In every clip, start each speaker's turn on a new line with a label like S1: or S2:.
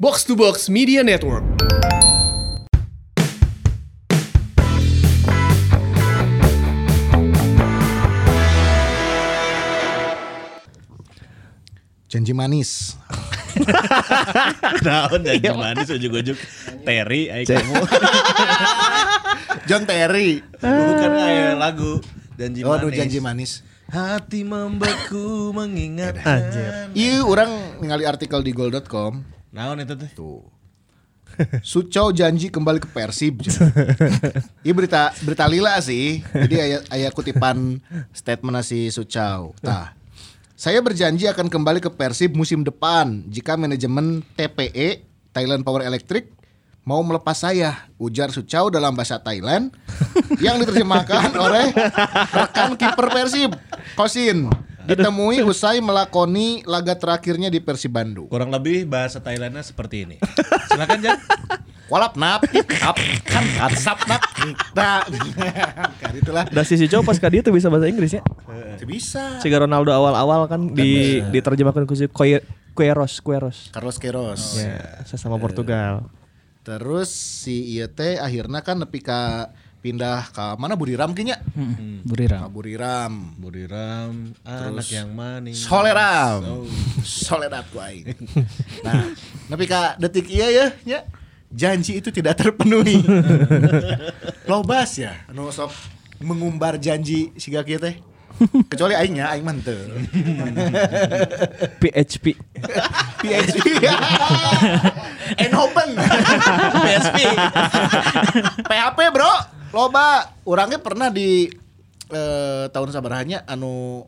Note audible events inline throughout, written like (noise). S1: Box to Box Media Network.
S2: Janji manis.
S3: Tahun dan gimana sih ujuk-ujuk Terry eh, ayo kamu
S2: (laughs) John Terry.
S3: bukan ayo kan, eh, lagu janji
S2: Oh,
S3: manis.
S2: janji manis.
S3: Hati membeku (laughs) mengingat
S2: Iya, orang ningali artikel di gold.com.
S3: Naon itu teh?
S2: Tuh. Suco janji kembali ke Persib. Iya berita berita lila sih. Jadi aya aya kutipan statement si Sucau. Tah. Saya berjanji akan kembali ke Persib musim depan jika manajemen TPE Thailand Power Electric mau melepas saya, ujar Sucau dalam bahasa Thailand yang diterjemahkan oleh rekan kiper Persib, Kosin. Ditemui usai melakoni laga terakhirnya di Persib Bandung.
S3: Kurang lebih bahasa Thailandnya seperti ini. Silakan (laughs) Jan.
S2: Walap nap, ap, kan, kan, sap nap, tak. Kan itulah.
S4: Dah si Sico pas dia tuh bisa bahasa Inggris ya.
S2: Bisa.
S4: Ciga Ronaldo awal-awal kan di diterjemahkan ke si Koye- Queiroz, Queiroz.
S2: Carlos Queiroz.
S4: Ya, sesama Portugal.
S2: Terus si ieu teh akhirnya kan nepi ka pindah ke mana Buriram kinya? Ka
S5: Buriram.
S2: Buriram.
S3: Buriram, anak yang manis.
S2: Soleram. Solerat ku aing. Nah, nepi ka detik iya ya nya. Janji itu tidak terpenuhi. Lobas ya anu sok mengumbar janji siga kieu teh. Kecuali aingnya, aing mantel.
S4: PHP.
S2: (laughs) PSP Enhoven PSP PHP bro loba orangnya pernah di eh, tahun sabarahannya anu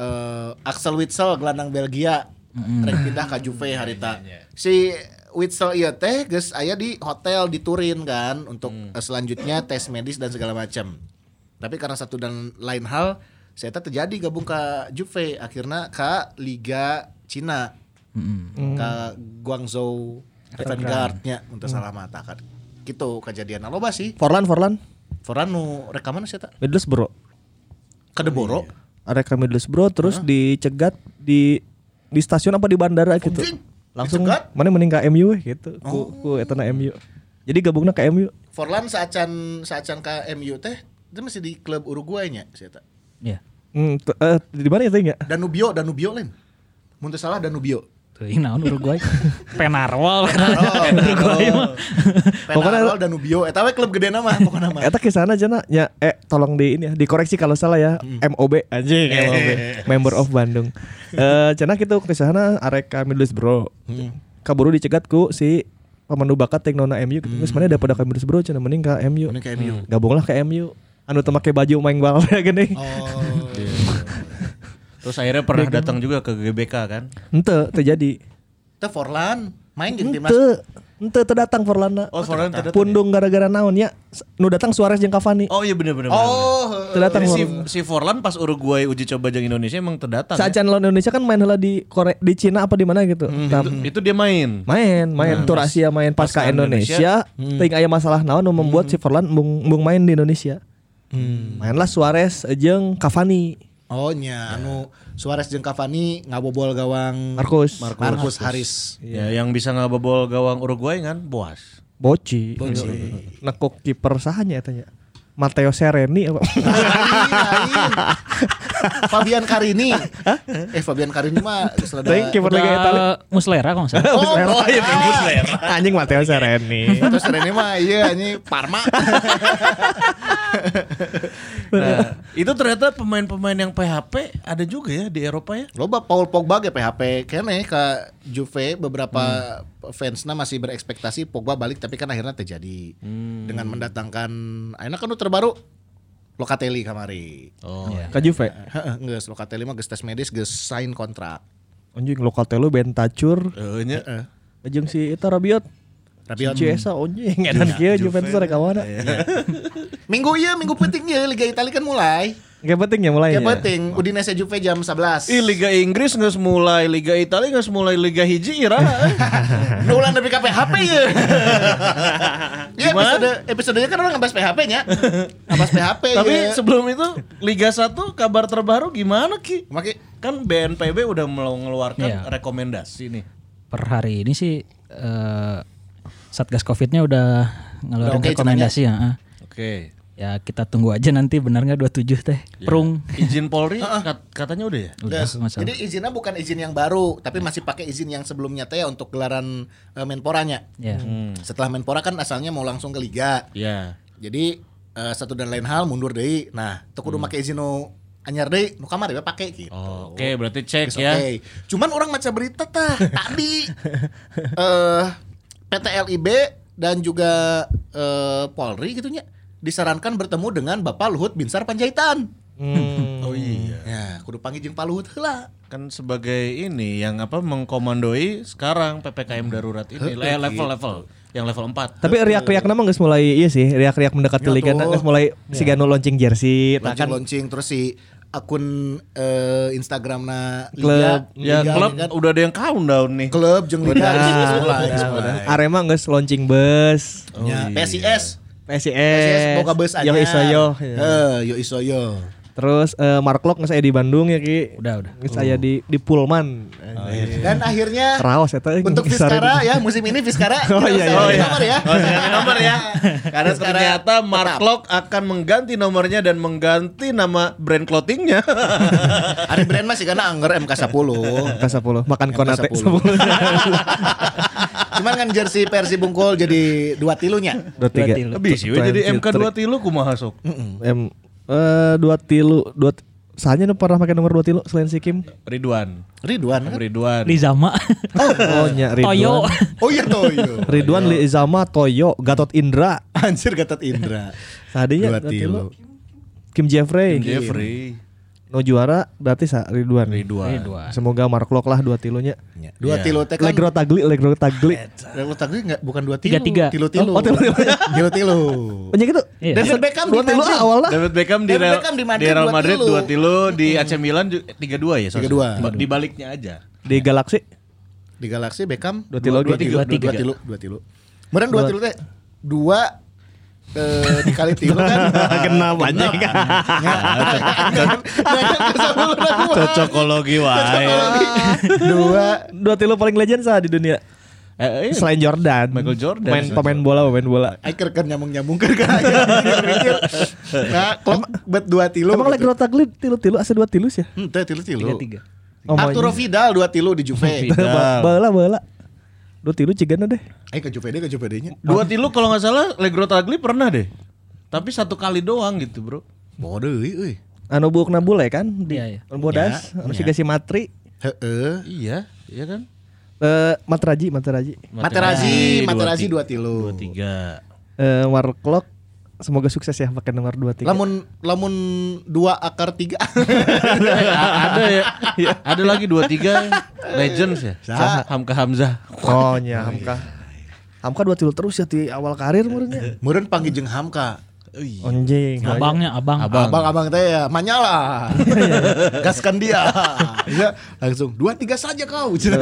S2: eh, Axel Witsel gelandang Belgia rek pindah ke Juve harita si Witsel iya teh geus aya di hotel di Turin kan untuk eh, selanjutnya tes medis dan segala macam tapi karena satu dan lain hal saya terjadi gabung ke Juve akhirnya ke Liga Cina ke Guangzhou Avangard-nya untuk salah mata kan gitu kejadian loba sih
S4: Forlan, Forlan.
S2: Foran nu rekaman sih tak
S4: Middlesbrough.
S2: kedeboro
S4: Mereka Middlesbrough terus dicegat di di stasiun apa di bandara gitu.
S2: Anjing,
S4: Langsung
S2: dicegat?
S4: mana mending ke MU weh gitu. Ku ku etana MU. Jadi gabungnya ke MU.
S2: Forlan saacan saacan ke MU teh dia masih di klub Uruguay nya sih tak
S5: Ya.
S4: Hmm, t- eh, di mana ya tadi ya?
S2: Danubio Danubio lain mun teu salah Danubio
S5: Tuh, ini naon Uruguay? (laughs) Penarol. Penarol. Uruguay mah.
S2: Penarol Danubio eta we klub gede nama pokoknya
S4: (laughs)
S2: nama
S4: Eta ke sana aja na. Ya, eh tolong di ini ya, dikoreksi kalau salah ya. MOB anjing MOB. Member of Bandung. Eh cenah kitu ke sana arek ka Middlesbrough. Kaburu dicegat ku si pemandu bakat yang nona MU gitu. Terus mana daripada ke Middlesbrough cenah mending ka MU.
S2: Mending ka MU.
S4: Hmm. Gabunglah ke MU. Anu teu make baju main bal (laughs) gini.
S2: oh
S3: Terus akhirnya pernah datang juga ke GBK kan?
S4: Ente terjadi.
S2: teh Forlan main di timnas
S4: Ente ente teu datang Forlana.
S3: Oh, Forlan teu datang
S4: Pundung gara-gara naon ya? Nu datang Suarez jeung Cavani.
S3: Oh iya bener bener.
S2: oh
S4: Teu datang
S3: Jadi si,
S4: Forlan.
S3: si Forlan pas Uruguay uji coba jeung Indonesia emang terdatang. ya?
S4: Sajan lawan Indonesia kan main heula di Kore di Cina apa di mana gitu. Tah-
S3: Itu, ya? itu dia main.
S4: main main tur Asia main pasca
S3: pasca
S4: Indonesia, Hmm. ting aya masalah naon nu membuat si Forlan embung, embung main di Indonesia. Mainlah Suarez jeung Cavani.
S2: oh nya anu Suarez jeung Cavani ngabobol gawang
S4: Marcus.
S2: Marcus, Harris
S3: Ya, yang bisa ngabobol gawang Uruguay kan Boas.
S4: Boci. Nekuk kiper sahanya etanya. Matteo Sereni apa?
S2: Lain. Fabian Karini. Eh Fabian Karini mah selada.
S4: Teuing kiper Liga
S5: (laughs)
S4: Italia.
S5: Udah Eh, Muslera kalau nggak salah.
S2: Oh, oh, iya
S4: Anjing Matteo Sereni.
S2: Terus Rene mah iya ini Parma.
S3: Nah, itu ternyata pemain-pemain yang PHP ada juga ya di Eropa ya.
S2: Loba Paul Pogba ge PHP kene ke Juve beberapa fansnya masih berekspektasi Pogba balik tapi kan akhirnya terjadi dengan mendatangkan akhirnya kan nu terbaru Locatelli kamari.
S3: Oh.
S2: iya.
S4: Ke Juve.
S2: (laughs) Heeh, geus Locatelli mah geus tes medis geus sign kontrak.
S4: Anjing Locatello Bentacur
S3: Nya,
S4: jeung si eta Rabiot.
S2: Rabiot.
S4: Si Chiesa anjing edan kieu Juventus rek kawana.
S2: Minggu ieu minggu penting ieu Liga Italia kan
S3: (laughs)
S2: mulai.
S4: Ge penting ya mulai.
S2: Ya
S4: ya.
S2: penting Udinese Juve jam 11. (laughs)
S3: Iya. Ih, Liga Inggris nggak mulai, Liga Italia nggak mulai, Liga Hiji ira.
S2: Nulan dari PHP
S3: (laughs)
S2: ya. ya
S3: Gimana?
S2: episode episodenya kan orang ngebahas PHP nya. Ngebahas PHP.
S3: (laughs) Tapi
S2: ya.
S3: sebelum itu Liga 1 kabar terbaru gimana Ki?
S2: Maki
S3: Kan BNPB udah mengeluarkan
S5: Iya.
S3: rekomendasi nih.
S5: Per hari ini sih eh, Satgas Covid-nya udah ngeluarin
S2: Udah oke
S5: rekomendasi ya. ah.
S3: Oke.
S5: Ya kita tunggu aja nanti benar nggak 27 teh. Perung.
S3: Izin Polri kat- katanya udah ya?
S5: Udah masalah.
S2: Jadi izinnya bukan izin yang baru, tapi masih pakai izin yang sebelumnya teh untuk gelaran eh, Menporanya.
S5: Ya.
S3: Hmm.
S2: Setelah Menpora kan asalnya mau langsung ke liga.
S3: Iya.
S2: Jadi eh, satu dan lain hal mundur deui. Nah, teu kudu make izin nu anyar deui, nu kamari we pake gitu.
S3: Hmm. Oh, Oke, berarti
S2: Oke.
S3: cek ya.
S2: Cuman orang baca berita
S3: (laughs)
S2: tah tadi eh PT LIB dan juga eh, Polri gitunya disarankan bertemu dengan Bapak Luhut Binsar Panjaitan.
S3: Oh iya.
S2: Ya, kudu panggil jeung Pak Luhut heula.
S3: Kan sebagai ini yang apa mengkomandoi sekarang PPKM darurat ini le- level-level yang level 4.
S4: Tapi riak-riak nama nggak mulai iya sih, riak-riak mendekat ke liga
S2: tuh.
S4: nggak mulai si Gano launching jersey, nah
S2: Launching
S4: kan
S2: launching terus si akun eh, Instagramna
S4: Klub.
S3: ya
S2: Liga,
S3: klub
S2: kan.
S3: udah ada yang countdown nih.
S2: klub jeung Liga Iya, geus mulai, geus mulai.
S4: Ah, kan? Arema nggak launching bus,
S3: Oh,
S2: Ya,
S3: iya.
S2: PSIS
S4: ya, PSIS,
S2: boga Eh. beus
S4: Eh, Yo
S2: anyar.
S4: Isoyo.
S2: Heuh, yo isoyo.
S4: iya. Terus eh, Mark Lok nggak saya di Bandung ya ki,
S5: Udah, udah.
S4: nggak saya di di Pullman,
S2: Dan akhirnya
S4: Raos eta yang
S2: untuk
S4: ngesarin.
S2: Fiskara ya musim ini Fiskara
S4: ya, (laughs) Oh,
S2: kita
S4: iya,
S2: usah
S4: iya,
S2: ganti nomor
S4: iya.
S2: ya.
S3: Oh, saya ganti nomor
S2: (laughs)
S3: ya. Karena ternyata Mark Locke akan mengganti nomornya dan mengganti nama brand
S2: (laughs)
S3: clothingnya.
S2: Nah, Ari brand masih karena anggar MK10.
S4: Angka 10, makan konate 10.
S2: (laughs) Cuman kan jersey Persi Bungkul jadi dua tilunya.
S4: Dua tiga.
S5: tilu.
S3: (laughs) Habis we iya, jadi
S4: Twenty
S3: MK 2 tilu kumaha sok.
S4: Em eh dua tilu, dua t- Sahanya nu pernah pakai nomor dua tilu selain si Kim?
S3: Ridwan.
S2: Ridwan. kan?
S3: Ridwan.
S5: Lizama.
S4: Oh, nya
S5: Toyo.
S4: Ridwan.
S2: Oh iya Toyo.
S4: Ridwan Lizama Toyo Gatot Indra.
S2: Anjir Gatot Indra. Dua
S4: Tadinya Iya, dua
S2: tilu.
S4: tilu. Kim Jeffrey.
S2: Iya,
S3: Jeffrey.
S4: No juara berarti sa Ridwan.
S2: Iya.
S3: Ridwan.
S4: Semoga Marklok lah dua tilunya. Iya.
S2: Dua tilu teh kan.
S4: Legro Tagli, Legro Tagli.
S2: Lagu tagli enggak bukan dua tilu.
S5: Tiga-tiga.
S2: Tilu tilu.
S4: Oh, tilu-tilu.
S2: Tilu tilu.
S4: (laughs) Oh, nya gitu.
S5: Iya.
S2: David Beckham
S4: Dua
S2: di
S4: tilu
S2: Madrid.
S4: awalnya.
S3: David Beckham di,
S2: David
S3: Real,
S2: Beckham di
S3: di
S2: Madrid
S3: Real
S2: dua
S3: Madrid
S2: tilu.
S3: 2 tilu, di AC Milan ju- 3-2 ya Sos?
S2: 3-2.
S3: Ba- Di baliknya aja.
S4: Di Galaxy
S2: Di Galaxy Beckham
S4: dua tilu
S3: Dua- dua
S4: lagi.
S3: tilu.
S2: dua tiga. Dua tilu, dua tilu. Kemudian dua tilu teh dua eh, dikali tilu kan
S4: Kenapa anjing?
S2: (laughs)
S3: Cocokologi wae.
S4: Dua dua tilu paling legend sah di dunia.
S3: Eh, eh,
S4: Selain Jordan,
S3: Michael Jordan.
S4: Pemain pemain bola, pemain bola.
S2: Aker kan nyambung nyambung kan kan. Nah, klok bet dua tilu.
S4: Emang
S2: gitu.
S4: Legro Tagli tilu-tilu asa dua tilus ya?
S2: Hmm, teh tilu tilu.
S5: Tiga-tiga.
S2: Arturo Vidal dua tilu di Juve.
S3: Vidal.
S4: Ba- (laughs) Bala bala. Dua tilu cigana deh.
S2: Ayo ke Juve deh, ke Juve dehnya.
S3: Dua tilu kalau nggak salah Legro Tagli pernah deh. Tapi satu kali doang gitu bro.
S2: Bodoh, euy.
S4: Anu buukna bule kan di
S5: Iya, iya.
S4: Bodas, anu siga si Matri.
S2: Heeh.
S3: Iya, iya kan?
S4: Eh Matraji, Matraji.
S2: Materazzi, Materazzi
S3: dua
S2: dua tilu.
S3: ti- tiga.
S4: Eh Warlock semoga sukses ya pakai nomor 23.
S2: Lamun lamun dua akar tiga.
S3: A- ada ya, ada lagi dua tiga legends ya.
S2: Saha.
S3: Hamka Hamzah.
S4: Oh nya Hamka. iya. Hamka dua tilu terus ya di awal karir ya. murnya.
S2: (laughs) Meureun panggil jeung Hamka.
S4: (laughs)
S2: Iya.
S4: Anjing.
S5: Abangnya abang.
S3: Abang.
S2: Abang-abang teh ya, (laughs) manyalah. Gaskan (laughs) dia. Ya, langsung dua tiga saja kau. (laughs) Iya.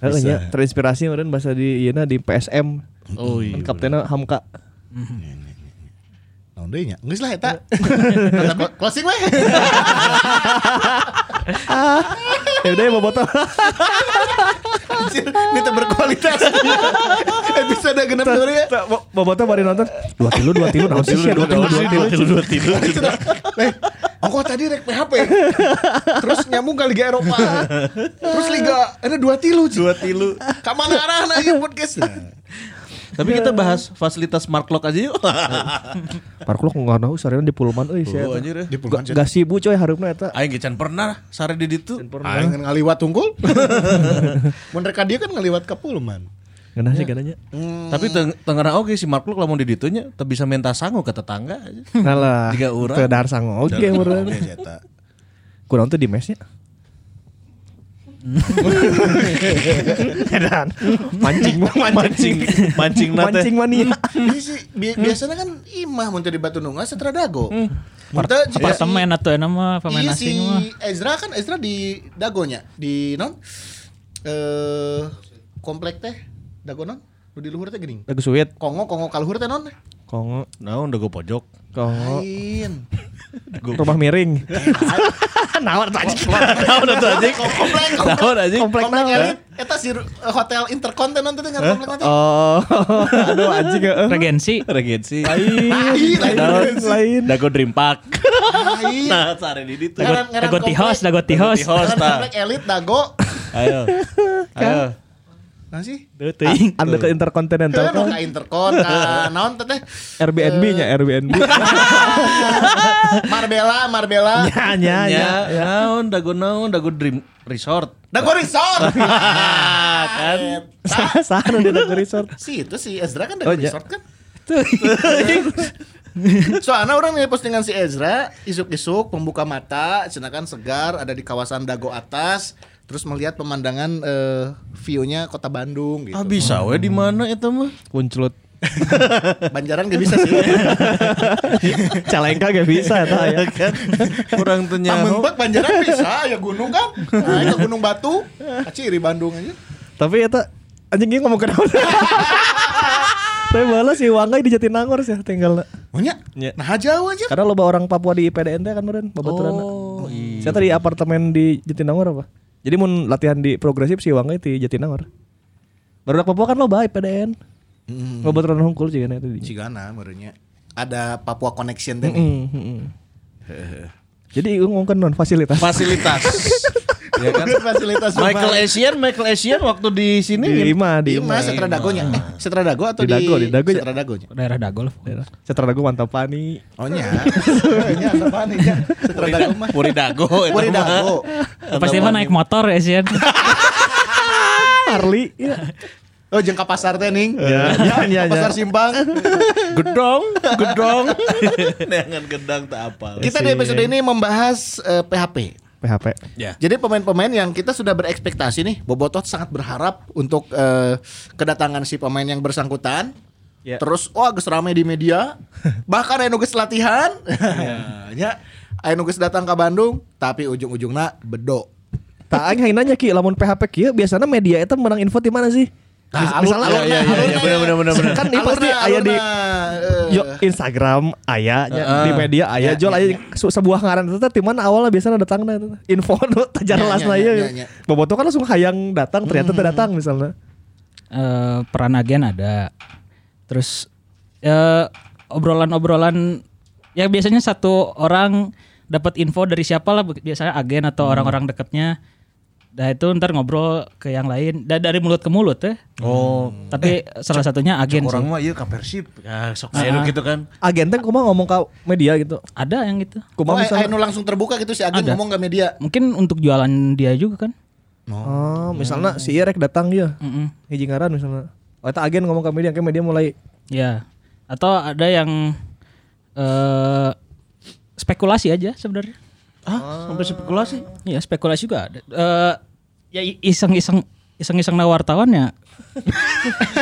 S4: Heeh nya terinspirasi meureun bahasa di ieu di PSM.
S3: Oh iya.
S4: Kan kaptenna Hamka.
S2: Naon deui nya? Geus lah (laughs) eta. Tetep Closing (laughs) weh.
S4: Ya udah ya mau (laughs) botol.
S2: Anjir, ini teh (laughs) berkualitas. Episode genep sore ya.
S4: Mau botol mari nonton. Dua tilu, dua tilu, naon sih? Dua tilu, dua tilu.
S3: dua tilu.
S2: Eh, aku tadi rek PHP. Terus nyambung ke Liga Eropa. Terus Liga ada dua tilu. Dua Nah. tilu. Ka mana arahna ieu podcast?
S3: Tapi kita bahas fasilitas Mark Locke aja yuk.
S4: Parklok ngono sarena di Pulman euy sia.
S3: Oh, anjir ya.
S2: Di puluhan
S4: Gak sibuk coy harupna eta.
S3: Aing gecan pernah sare di ditu.
S2: Aing kan ngaliwat tunggul. Mun rek ka dia kan ngaliwat ke Pullman.
S4: Genah sih (laughs) genahnya.
S3: Tapi teng tengah oke si Mark Locke lamun di ditunya teu bisa minta sangu ke tetangga aja.
S4: Nah lah.
S3: Tiga urang.
S4: Teu dahar sango oge meureun.
S2: Ya, eta.
S4: Kurang tuh di mesnya. Dan mancing (laughs) mancing
S3: mancing na teh.
S4: mancing ya. mania.
S2: Ini sih bi- biasanya kan imah mun teu di Batu Nunggal Setradago. Mun teu jika
S5: Apartemen atau enak mah
S2: si-
S5: pemain
S2: iya,
S5: asing mah.
S2: si Ezra kan Ezra di Dagonya, di non eh komplek teh Dago non Nu di luhur teh geuning.
S4: Lagu suwit.
S2: Kongo Kongo kaluhur teh non.
S4: Kongo,
S3: Naon udah gue pojok.
S4: kongo.
S2: Lain.
S4: Rumah miring. Nawar tadi.
S3: Naon atuh anjing?
S2: Komplek
S3: Naon anjing?
S2: komplek komplek
S4: Komplek naon?
S2: elit. Eta si ru- hotel interkontinental itu nggak komplek nanti.
S4: Oh, (laughs) aduh anjing ya.
S5: Regensi.
S6: Regensi.
S2: Lain, lain,
S6: Daun
S4: lain.
S6: Dago Dream Park.
S2: Lain.
S3: Nah, sare di ditu. nah.
S2: Ngeran- ngeran
S5: Dago
S2: komplek.
S5: Tihos, Dago Tihos.
S6: Dago Tihos.
S2: Ngeran
S6: Tah.
S2: komplek elit dago.
S6: Ayo.
S3: Kan?
S6: Ayo.
S2: Nah sih.
S5: Duh, teuing.
S4: Ah, Ada ke Intercontinental
S2: Kan
S4: kan?
S2: ka interkon ka Nah, naon teh.
S4: Airbnb-nya (laughs) Airbnb.
S2: Marbella, Marbella.
S4: Ya, ya, ya.
S3: Ya, naon Dago naon Dago Dream Resort.
S2: Dago Resort.
S3: Kan.
S4: Sah, di Dago Resort.
S2: Si itu si Ezra kan Dago
S4: Oh, iya.
S2: Resort kan. (laughs) Soalnya orang nih postingan si Ezra isuk-isuk membuka mata, cenakan segar ada di kawasan Dago atas, terus melihat pemandangan eh, view-nya kota Bandung gitu.
S3: Ah bisa we di mana eta mah?
S4: (laughs) Kuncelut.
S2: Banjaran gak bisa sih.
S4: Calengka gak bisa ya, tah, ya.
S3: Kan (laughs) kurang teu nyaho.
S2: Tamembek Banjaran bisa, ya gunung
S3: (laughs)
S2: kan. Nah, itu Gunung Batu, Kaciri Bandung aja.
S4: Tapi eta anjing ieu ngomong
S3: (laughs)
S4: kenapa? Tapi balas si Wangai di Jatinangor sih tinggal.
S2: Banyak.
S4: Nya.
S2: Nah jauh aja.
S4: Karena loba orang Papua di IPDN teh kan meren babaturan.
S3: Oh, iya.
S4: Saya tadi apartemen di Jatinangor apa? Jadi mau latihan di progresif si Wangai di Jatinangor. Baru Papua kan loba IPDN.
S2: Mm.
S3: Mm-hmm.
S4: Babaturan hungkul kan, juga nih tadi.
S2: Cigana merenya. Ada Papua Connection teh. nih.
S4: Mm, mm, mm. Jadi gue ngomongkan non fasilitas.
S3: Fasilitas. (laughs) ya kan?
S2: Fasilitas
S3: Michael
S2: rumah.
S3: Asian, Michael Asian waktu di sini
S4: di Ima, di
S3: Iya,
S2: Ima
S4: Ima.
S2: Setra Dagonya. Eh, Setra Dago atau
S4: Di
S2: di
S4: Dago, di Dago ya.
S2: Setra Dagonya.
S5: Daerah Dagol.
S4: Setelah gue mantap pani.
S2: Oh
S3: (laughs)
S2: nya. Nya apaan nih? Nya? Setra Dago mah.
S3: Puri (laughs) Dago eta
S2: Puri
S3: mah.
S2: Dago.
S5: Pasti mah naik motor ya Sian.
S4: Harley. Iya.
S2: Oh jeung ka pasar teh ning.
S3: Iya.
S4: Ya, ya, ya,
S2: Ka
S4: ya.
S2: Pasar Simpang.
S3: Gedong, gedong.
S4: (laughs)
S3: Neangan gedang tak apal.
S2: Kita di episode ini membahas eh, PHP.
S4: PHP.
S6: Ya.
S2: Jadi pemain-pemain yang kita sudah berekspektasi nih, Bobotot sangat berharap untuk eh, kedatangan si pemain yang bersangkutan.
S4: Ya.
S2: Terus wah geus rame di media. Bahkan aya nu geus latihan. (laughs) Ya. Aya nu geus datang ke Bandung, tapi ujung-ujungna bedo.
S4: Tak aing hayang nanya ki lamun PHP kieu biasanya media eta menang info di mana sih? Mis- misalnya
S2: alurna,
S4: iya, iya, iya,
S2: alurna.
S4: bener, bener, bener, bener. Kan ini pasti
S2: Alurna,
S4: aya di-
S2: alurna. Eh,
S4: Yo, Instagram ayahnya di media ayah jual ayah se- sebuah ngaran itu di mana awalnya biasanya datangnya eta teh. info nu (laughs) teu jelas
S2: Ya, ya,
S4: lah
S2: ya,
S4: ya.
S2: ya, ya.
S4: Boboto kan langsung hayang datang ternyata teu datang misalnya.
S5: Eh, peran agen ada. Terus eh, obrolan-obrolan ya biasanya satu orang dapat info dari siapa lah biasanya agen atau
S3: Hmm.
S5: orang-orang dekatnya. Nah itu ntar ngobrol ke yang lain da- dari mulut ke mulut ya.
S3: Oh,
S5: Tapi salah satunya agen sih.
S3: orang mah ieu ka Persib. Ya sok saya nu gitu kan.
S4: Agen teh kumaha ngomong ke media gitu.
S5: Ada yang gitu.
S2: Oh,
S4: Kumaha
S2: aya
S4: misalnya
S2: nu langsung terbuka gitu si Agen
S5: Ada.
S2: ngomong ke media.
S5: Mungkin untuk jualan dia juga kan.
S4: Oh, misalnya si Irek datang ya.
S5: Mm-mm.
S4: Hiji ngaran misalnya. Oh, eta agen ngomong ke media, ke media mulai
S5: Ya. Atau ada yang eh spekulasi aja sebenarnya.
S3: Ah, sampai spekulasi.
S5: Iya, spekulasi juga ada. Eh, ya i- iseng-iseng iseng-iseng na wartawan
S4: (laughs)
S5: ya.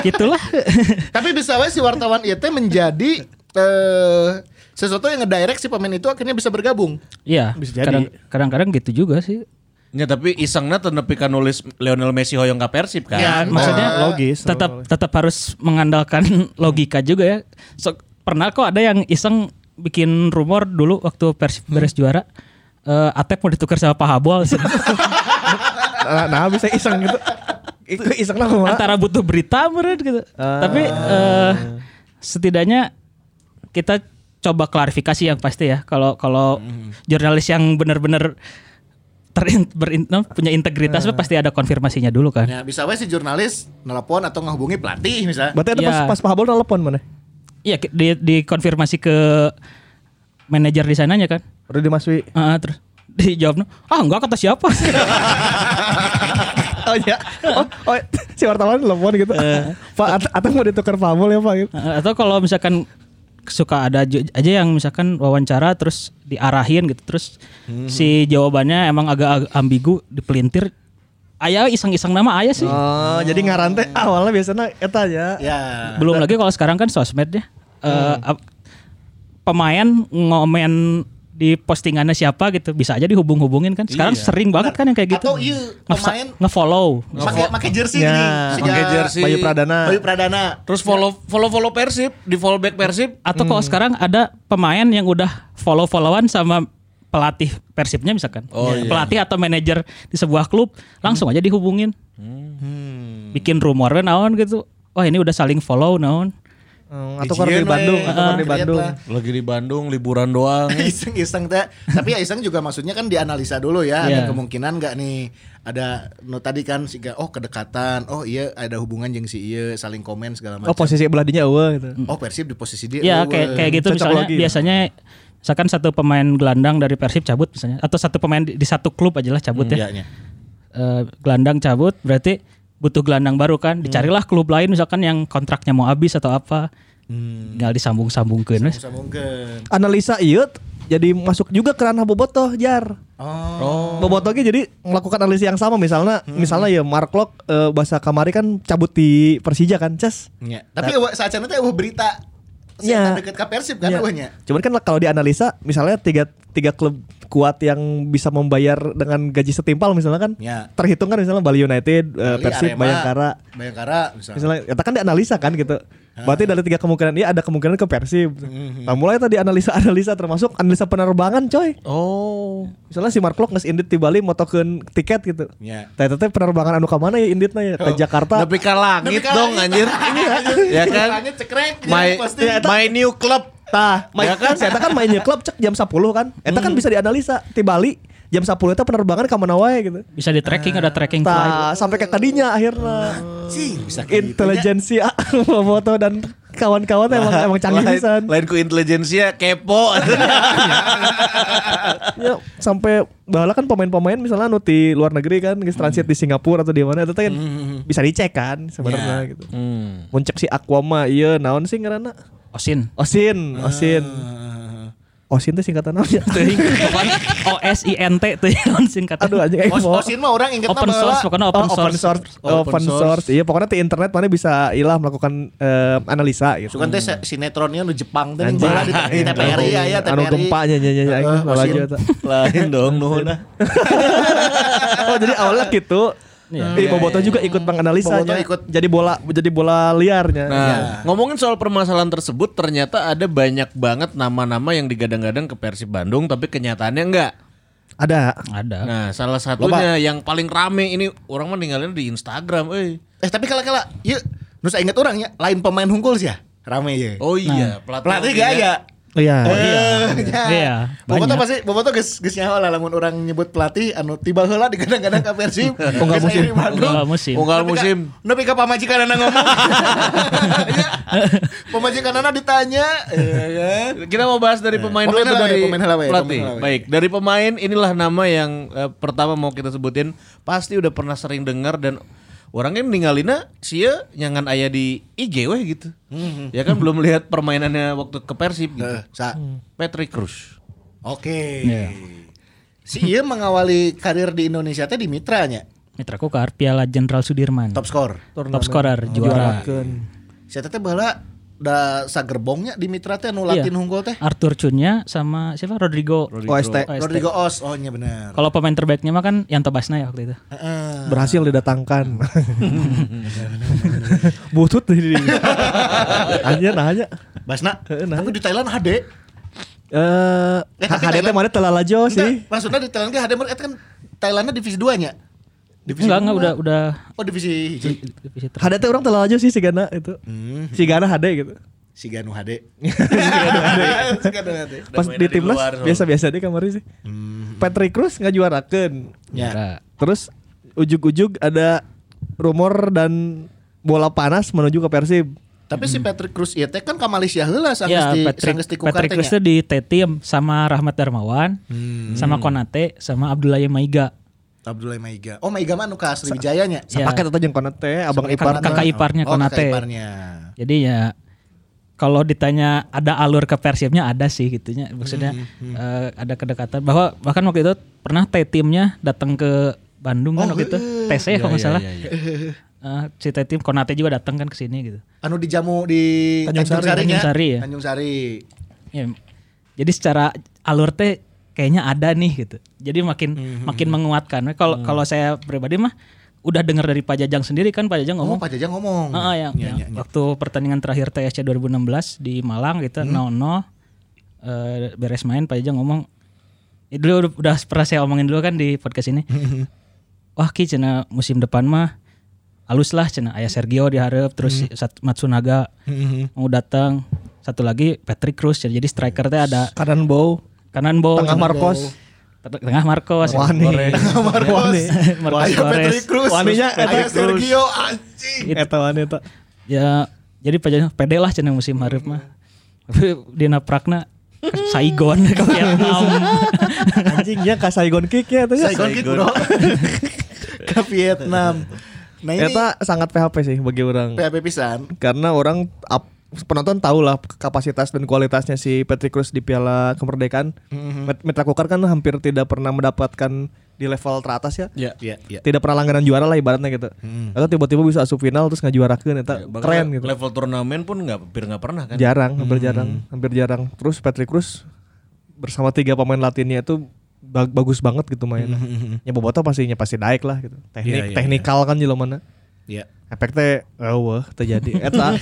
S5: Gitulah. (laughs)
S2: Tapi bisa wae si wartawan itu menjadi eh, sesuatu yang ngedirect si pemain itu akhirnya bisa bergabung.
S5: Iya.
S4: Bisa jadi.
S5: kadang- Kadang-kadang gitu juga sih.
S3: Ya tapi isengna teu nepi ka nulis Lionel Messi hoyong ka Persib kan.
S2: Ya,
S5: maksudnya
S4: Eh, Ah, logis.
S5: tetap tetap harus mengandalkan (laughs) logika juga ya. So, pernah kok ada yang iseng bikin rumor dulu waktu Persib beres juara. eh Atep mau ditukar sama Pak Habol
S4: (laughs) nah, nah bisa iseng (laughs) gitu. Iku iseng lah kumaha.
S5: antara butuh berita meren gitu. Tapi eh, setidaknya kita coba klarifikasi yang pasti ya. Kalau kalau jurnalis yang benar-benar terin, berin- no, punya integritas mah pasti ada konfirmasinya dulu kan.
S2: Ya bisa wae si jurnalis nelpon atau ngehubungi pelatih misalnya.
S4: Berarti ada
S5: Iya.
S4: pas pas Pak Habol telepon mana?
S5: Iya ki- di dikonfirmasi ke manajer di sananya kan.
S4: Rudy Maswi.
S5: Ah, terus dijawab ah enggak kata siapa (laughs)
S4: oh ya. Oh, oh, si wartawan telepon gitu. Pak At- Atang mau ditukar Pak Habol ya Pak gitu.
S5: atau kalau misalkan suka ada ju- aja yang misalkan wawancara terus diarahin gitu terus
S2: Hmm.
S5: si jawabannya emang agak ag- ambigu dipelintir ayah iseng-iseng nama ayah sih
S4: Oh, jadi ngaran teh awalnya biasanya eta ya.
S2: Ya.
S5: belum lagi kalau sekarang kan sosmed ya Eh,
S2: Hmm.
S5: ap- pemain ngomen di postingannya siapa gitu bisa aja dihubung-hubungin kan sekarang sering banget kan yang kayak gitu
S2: Iya. Atau iya,
S5: Nge-fa-
S2: pemain-
S5: nge-follow
S2: Pakai pakai jersey
S4: Ya, Nah.
S2: ini.
S3: pakai jersey.
S4: Bayu Pradana.
S2: Bayu Pradana.
S3: Terus follow follow follow Persib, di follow back Persib.
S5: Atau kalau sekarang ada pemain yang udah follow-followan sama pelatih persibnya misalkan
S3: Ya.
S5: pelatih atau manajer di sebuah klub langsung
S3: Hmm.
S5: aja dihubungin bikin rumor we naon gitu wah ini udah saling follow naon
S4: Hmm, atau kalau
S2: Iya,
S4: di Bandung, atau kalau di Bandung.
S2: (laughs)
S3: Lagi di Bandung liburan doang.
S2: iseng-iseng teh. Tapi ya iseng juga maksudnya kan dianalisa dulu ya, ada
S5: Iya.
S2: kemungkinan nggak nih ada no tadi kan siga oh kedekatan, oh iya ada hubungan jeung si iya saling komen segala
S4: Oh
S2: macam.
S4: posisi beladinya eueuh gitu.
S2: Oh, Persib di posisi
S3: Iya,
S2: dia. Iya,
S5: ya
S2: eueuh.
S5: kayak kayak gitu
S4: Cocok
S5: misalnya
S4: lagi.
S5: biasanya misalkan satu pemain gelandang dari persib cabut misalnya atau satu pemain di, di satu klub aja lah cabut ya
S3: Iya.
S5: Eh, gelandang cabut berarti butuh gelandang baru
S3: Hmm.
S5: kan dicarilah klub lain misalkan yang kontraknya mau habis atau apa
S3: Hmm.
S5: tinggal disambung-sambungkeun wes.
S2: Bisa mungkin.
S4: Analisa iya t- jadi masuk juga ke ranah bobotoh jar.
S2: Oh.
S4: Bobotoh ge jadi melakukan analisis yang sama misalnya misalnya ya Mark Lok eh, bahasa kamari kan cabut di Persija kan, Ces.
S2: Nya. Iya. Tapi eueuh saacana teh eueuh berita
S4: Nya.
S2: Nya. deket ka Persib kan
S4: Ya.
S2: eueuh nya.
S4: Cuman kan kalau dianalisa misalnya tiga tiga klub kuat yang bisa membayar dengan gaji setimpal misalnya kan
S2: Ya.
S4: terhitung kan misalnya Bali United, eh,
S2: Bali,
S4: Persib,
S2: Arema,
S4: Bayangkara.
S2: Bayangkara misalnya.
S4: Misalnya ya kan dianalisa kan gitu.
S2: Ah.
S4: Berarti dari tiga kemungkinan iya ada kemungkinan ke Persib.
S2: Mhm.
S4: Nah, mulai tadi analisa-analisa termasuk analisa penerbangan coy.
S3: (laughs) Oh.
S4: Misalnya si Mark Lok nges indit di Bali motokeun tiket gitu.
S2: Nya.
S4: Tah eta teh penerbangan anu ka mana ya inditna ya?
S2: Oh,
S4: Teh Jakarta.
S3: Tapi ke langit dong (laughs) anjir. ya kan?
S2: Langit cekrek dia
S3: My,
S2: pasti.
S4: Iya,
S3: my new club.
S4: Tah, main
S3: Ya kan?
S4: kan si eta kan mainnya klub cek jam 10 kan. Eta kan bisa dianalisa di Bali jam 10 eta penerbangan ka mana wae gitu.
S5: bisa di tracking ada tracking flight
S4: Tah, sampai ke kadinya akhirnya.
S2: Cing, Ah. bisa kayak gitu.
S4: Intelijensi (laughs) foto dan kawan-kawan emang
S3: (laughs)
S4: emang canggih
S3: Lain-
S4: pisan.
S3: Lain ku intelijensia
S4: (laughs)
S3: kepo.
S4: ya sampai bahala kan pemain-pemain misalnya anu di luar negeri kan geus transit di Singapura atau di mana itu teh kan bisa dicek kan sebenarnya gitu.
S3: Hmm.
S4: Muncak si Aquama iya naon sih ngaranna?
S5: osin
S4: Osin, Osin. Osin teh singkatan apa ya?
S5: Pokoknya OSINT tuh ya, yang singkatan.
S4: Aduh anjing aing
S2: Os-
S4: mau.
S2: Osin mah orang ingetna
S5: open
S2: baheula.
S5: source pokoknya
S4: Oh,
S5: open source.
S4: Oh, open source. Iya, pokoknya di internet mana bisa ilah melakukan eh, analisa gitu.
S2: Sukan teh se- sinetronnya nu Jepang teh
S4: Anjing. Iya,
S2: baheula di di TPRI ya ya
S4: Anu
S2: TPRI.
S4: gempanya nya nya
S2: Heeh,
S4: aing malah
S2: Osin.
S4: aja eta.
S3: Lain dong nuhun.
S4: ah. Oh jadi
S2: (laughs)
S4: awalnya gitu. Di Boboto juga ikut menganalisa
S2: Bobotoh Iya. ikut.
S4: Jadi bola jadi bola liarnya. Iya.
S3: Nah, ngomongin soal permasalahan tersebut ternyata ada banyak banget nama-nama yang digadang-gadang ke Persib Bandung tapi kenyataannya enggak.
S4: Ada.
S5: Ada.
S3: Nah, salah satunya yang paling rame ini orang mah ninggalin di Instagram, euy.
S2: Eh tapi kala kala, yuk, nusa inget orang ya, lain pemain hungkul sih ya, rame ya.
S3: Oh
S4: Nah.
S3: iya,
S2: Pelatih gak ya?
S4: Iya.
S2: Iya.
S5: Iya,
S2: Bobotoh
S5: banyak.
S2: pasti, Bobotoh geus geus nyaho lah lamun orang nyebut pelatih anu tiba heula di kadang-kadang ka
S4: (laughs)
S2: Persib.
S4: nggak
S2: geus
S4: musim.
S2: aya di Bandung.
S5: Enggak musim.
S3: Unggal musim.
S2: Nepi ka pamajikan anak
S4: (laughs)
S2: ngomong. Pemajikan anak ditanya, ya kan?
S3: Kita mau bahas dari pemain
S2: Pemain
S3: dulu atau
S2: Helawe,
S3: dari
S2: pemain Helawe,
S3: pelatih.
S2: pemain ya? Helawe.
S3: Baik, dari pemain inilah nama yang eh, pertama mau kita sebutin. Pasti udah pernah sering dengar dan orangnya ninggalina sia nyangan ayah di IG weh gitu. Ya kan belum lihat permainannya waktu ke Persib gitu.
S2: Hmm. Eh, Sa.
S3: Patrick Cruz.
S2: Oke.
S4: Iya.
S2: Si Iya mengawali karir di Indonesia teh di mitranya,
S5: Mitra Kukar, Piala Jenderal Sudirman.
S2: top skor.
S5: Top scorer juara.
S2: Si Eta teh baheula da sagerbongnya di mitra teh anu Latin
S5: Iya.
S2: Hunggul teh.
S5: Arthur Cunnya sama siapa Rodrigo.
S4: OST
S5: OST.
S2: Rodrigo Os, oh iya benar.
S5: Kalau pemain terbaiknya mah kan Yanto Basna ya waktu itu.
S2: Heeh.
S4: berhasil didatangkan. (laughs) Butut
S2: (laughs)
S4: di Anjir nanya.
S2: Basna,
S4: Heeh, nah.
S2: tapi di Thailand HD.
S4: Eh,
S2: Eh, tapi
S4: HDT
S2: Thailand-
S4: mana telah lajo sih.
S2: Enggak, maksudnya di Thailand kan HD mer- Eta kan Thailandnya divisi 2-nya. Divisi
S5: Enggak, enggak
S2: dua.
S5: udah udah
S2: Oh divisi hiji.
S5: divisi ter-
S4: HDT orang telah lajo sih Sigana itu.
S2: Hmm.
S4: Sigana HD gitu.
S2: Si Ganu
S5: (laughs)
S2: HD. (laughs) Si Ganu HD.
S4: Pas di timnas biasa-biasa deh kamari sih.
S2: Hmm.
S4: Patrick Cruz nggak juarakeun.
S2: Ya.
S5: Ada.
S4: Terus ujug-ujug ada rumor dan bola panas menuju ke Persib.
S2: Tapi si Patrick Cruz ieu teh kan ka Malaysia heula
S5: Hmm. Ya,
S2: sanggeus di
S5: Patrick,
S2: sanggeus di Kukar
S5: Patrick
S2: teh
S5: Cruz
S2: nya.
S5: tuh di T-Team sama Rahmat Darmawan, sama Konate, sama Abdullah Maiga.
S2: Abdullah Maiga. Oh Maiga mah nu ka Sriwijaya nya.
S5: Ya.
S4: Sepaket atau jeung konate abang ipar.
S5: kakak iparnya
S2: Oh, kakak
S5: Konate.
S2: iparnya.
S5: Jadi ya kalau ditanya ada alur ke Persibnya ada sih gitunya maksudnya eh, ada kedekatan bahwa bahkan waktu itu pernah T timnya datang ke Bandung kan waktu itu TC ya kalau nggak salah Eh, si T tim Konate juga datang kan ke sini gitu
S2: Anu dijamu di
S4: Tanjung Sari.
S2: nya.
S5: Tanjung Sari ya.
S2: Tanjung Sari.
S5: Ya, jadi secara alur teh kayaknya ada nih gitu jadi makin makin menguatkan kalau kalau saya pribadi mah udah dengar dari Pak Jajang sendiri kan Pak Jajang
S2: Oh,
S5: ngomong
S2: Pak Jajang ngomong. Iya,
S5: Ah, ah, yang, yang waktu pertandingan terakhir TSC 2016 di Malang gitu 0-0 eh, beres main Pak Jajang ngomong Ya, dulu udah, udah pernah saya omongin dulu kan di podcast ini. Wah ki cina musim depan mah halus lah cina ayah Sergio diharap terus Sat- Matsunaga mau datang satu lagi Patrick Cruz Cina. jadi striker teh ada
S4: Kanan bow,
S5: kanan bow
S4: tengah
S5: cina.
S4: Marcos,
S5: Tengah- tengah Marcos
S4: Wani,
S2: Marcos.
S5: Marcos
S2: Ayo
S5: Flores.
S2: Patrick Cruz.
S4: Waninya
S2: Ayo
S4: Patrick Cruz.
S2: Sergio anjing.
S4: Eta Wani eta.
S5: ya jadi pajanya pede lah cenah musim hareup mah tapi dina prakna ke Saigon (laughs) ke Vietnam
S4: Anjing ya ka Saigon kick ya eta ya.
S2: Saigon Kick bro. Ke Vietnam. Nah ini
S4: Eta sangat PHP sih bagi orang.
S2: PHP pisan.
S4: Karena orang ap- penonton tahu lah kapasitas dan kualitasnya si Patrick Cruz di Piala Kemerdekaan. Met- Mitra Kukar kan hampir tidak pernah mendapatkan di level teratas ya.
S3: Ya.
S2: Iya, iya.
S4: Tidak pernah langganan juara lah ibaratnya gitu. Atau tiba-tiba bisa asup final terus ngejuarakeun
S3: Ya,
S4: eta
S3: Bahkan
S4: keren gitu. Ya.
S3: Level turnamen pun nggak hampir nggak pernah kan.
S4: Jarang, hampir jarang, hampir jarang. Terus Patrick Cruz bersama tiga pemain Latinnya itu ba- bagus banget gitu mainnya. Ya Boboto pastinya pasti naik lah gitu. Teknik teknikal kan jelema mana.
S2: Iya.
S4: Efek teh eueuh teu jadi eta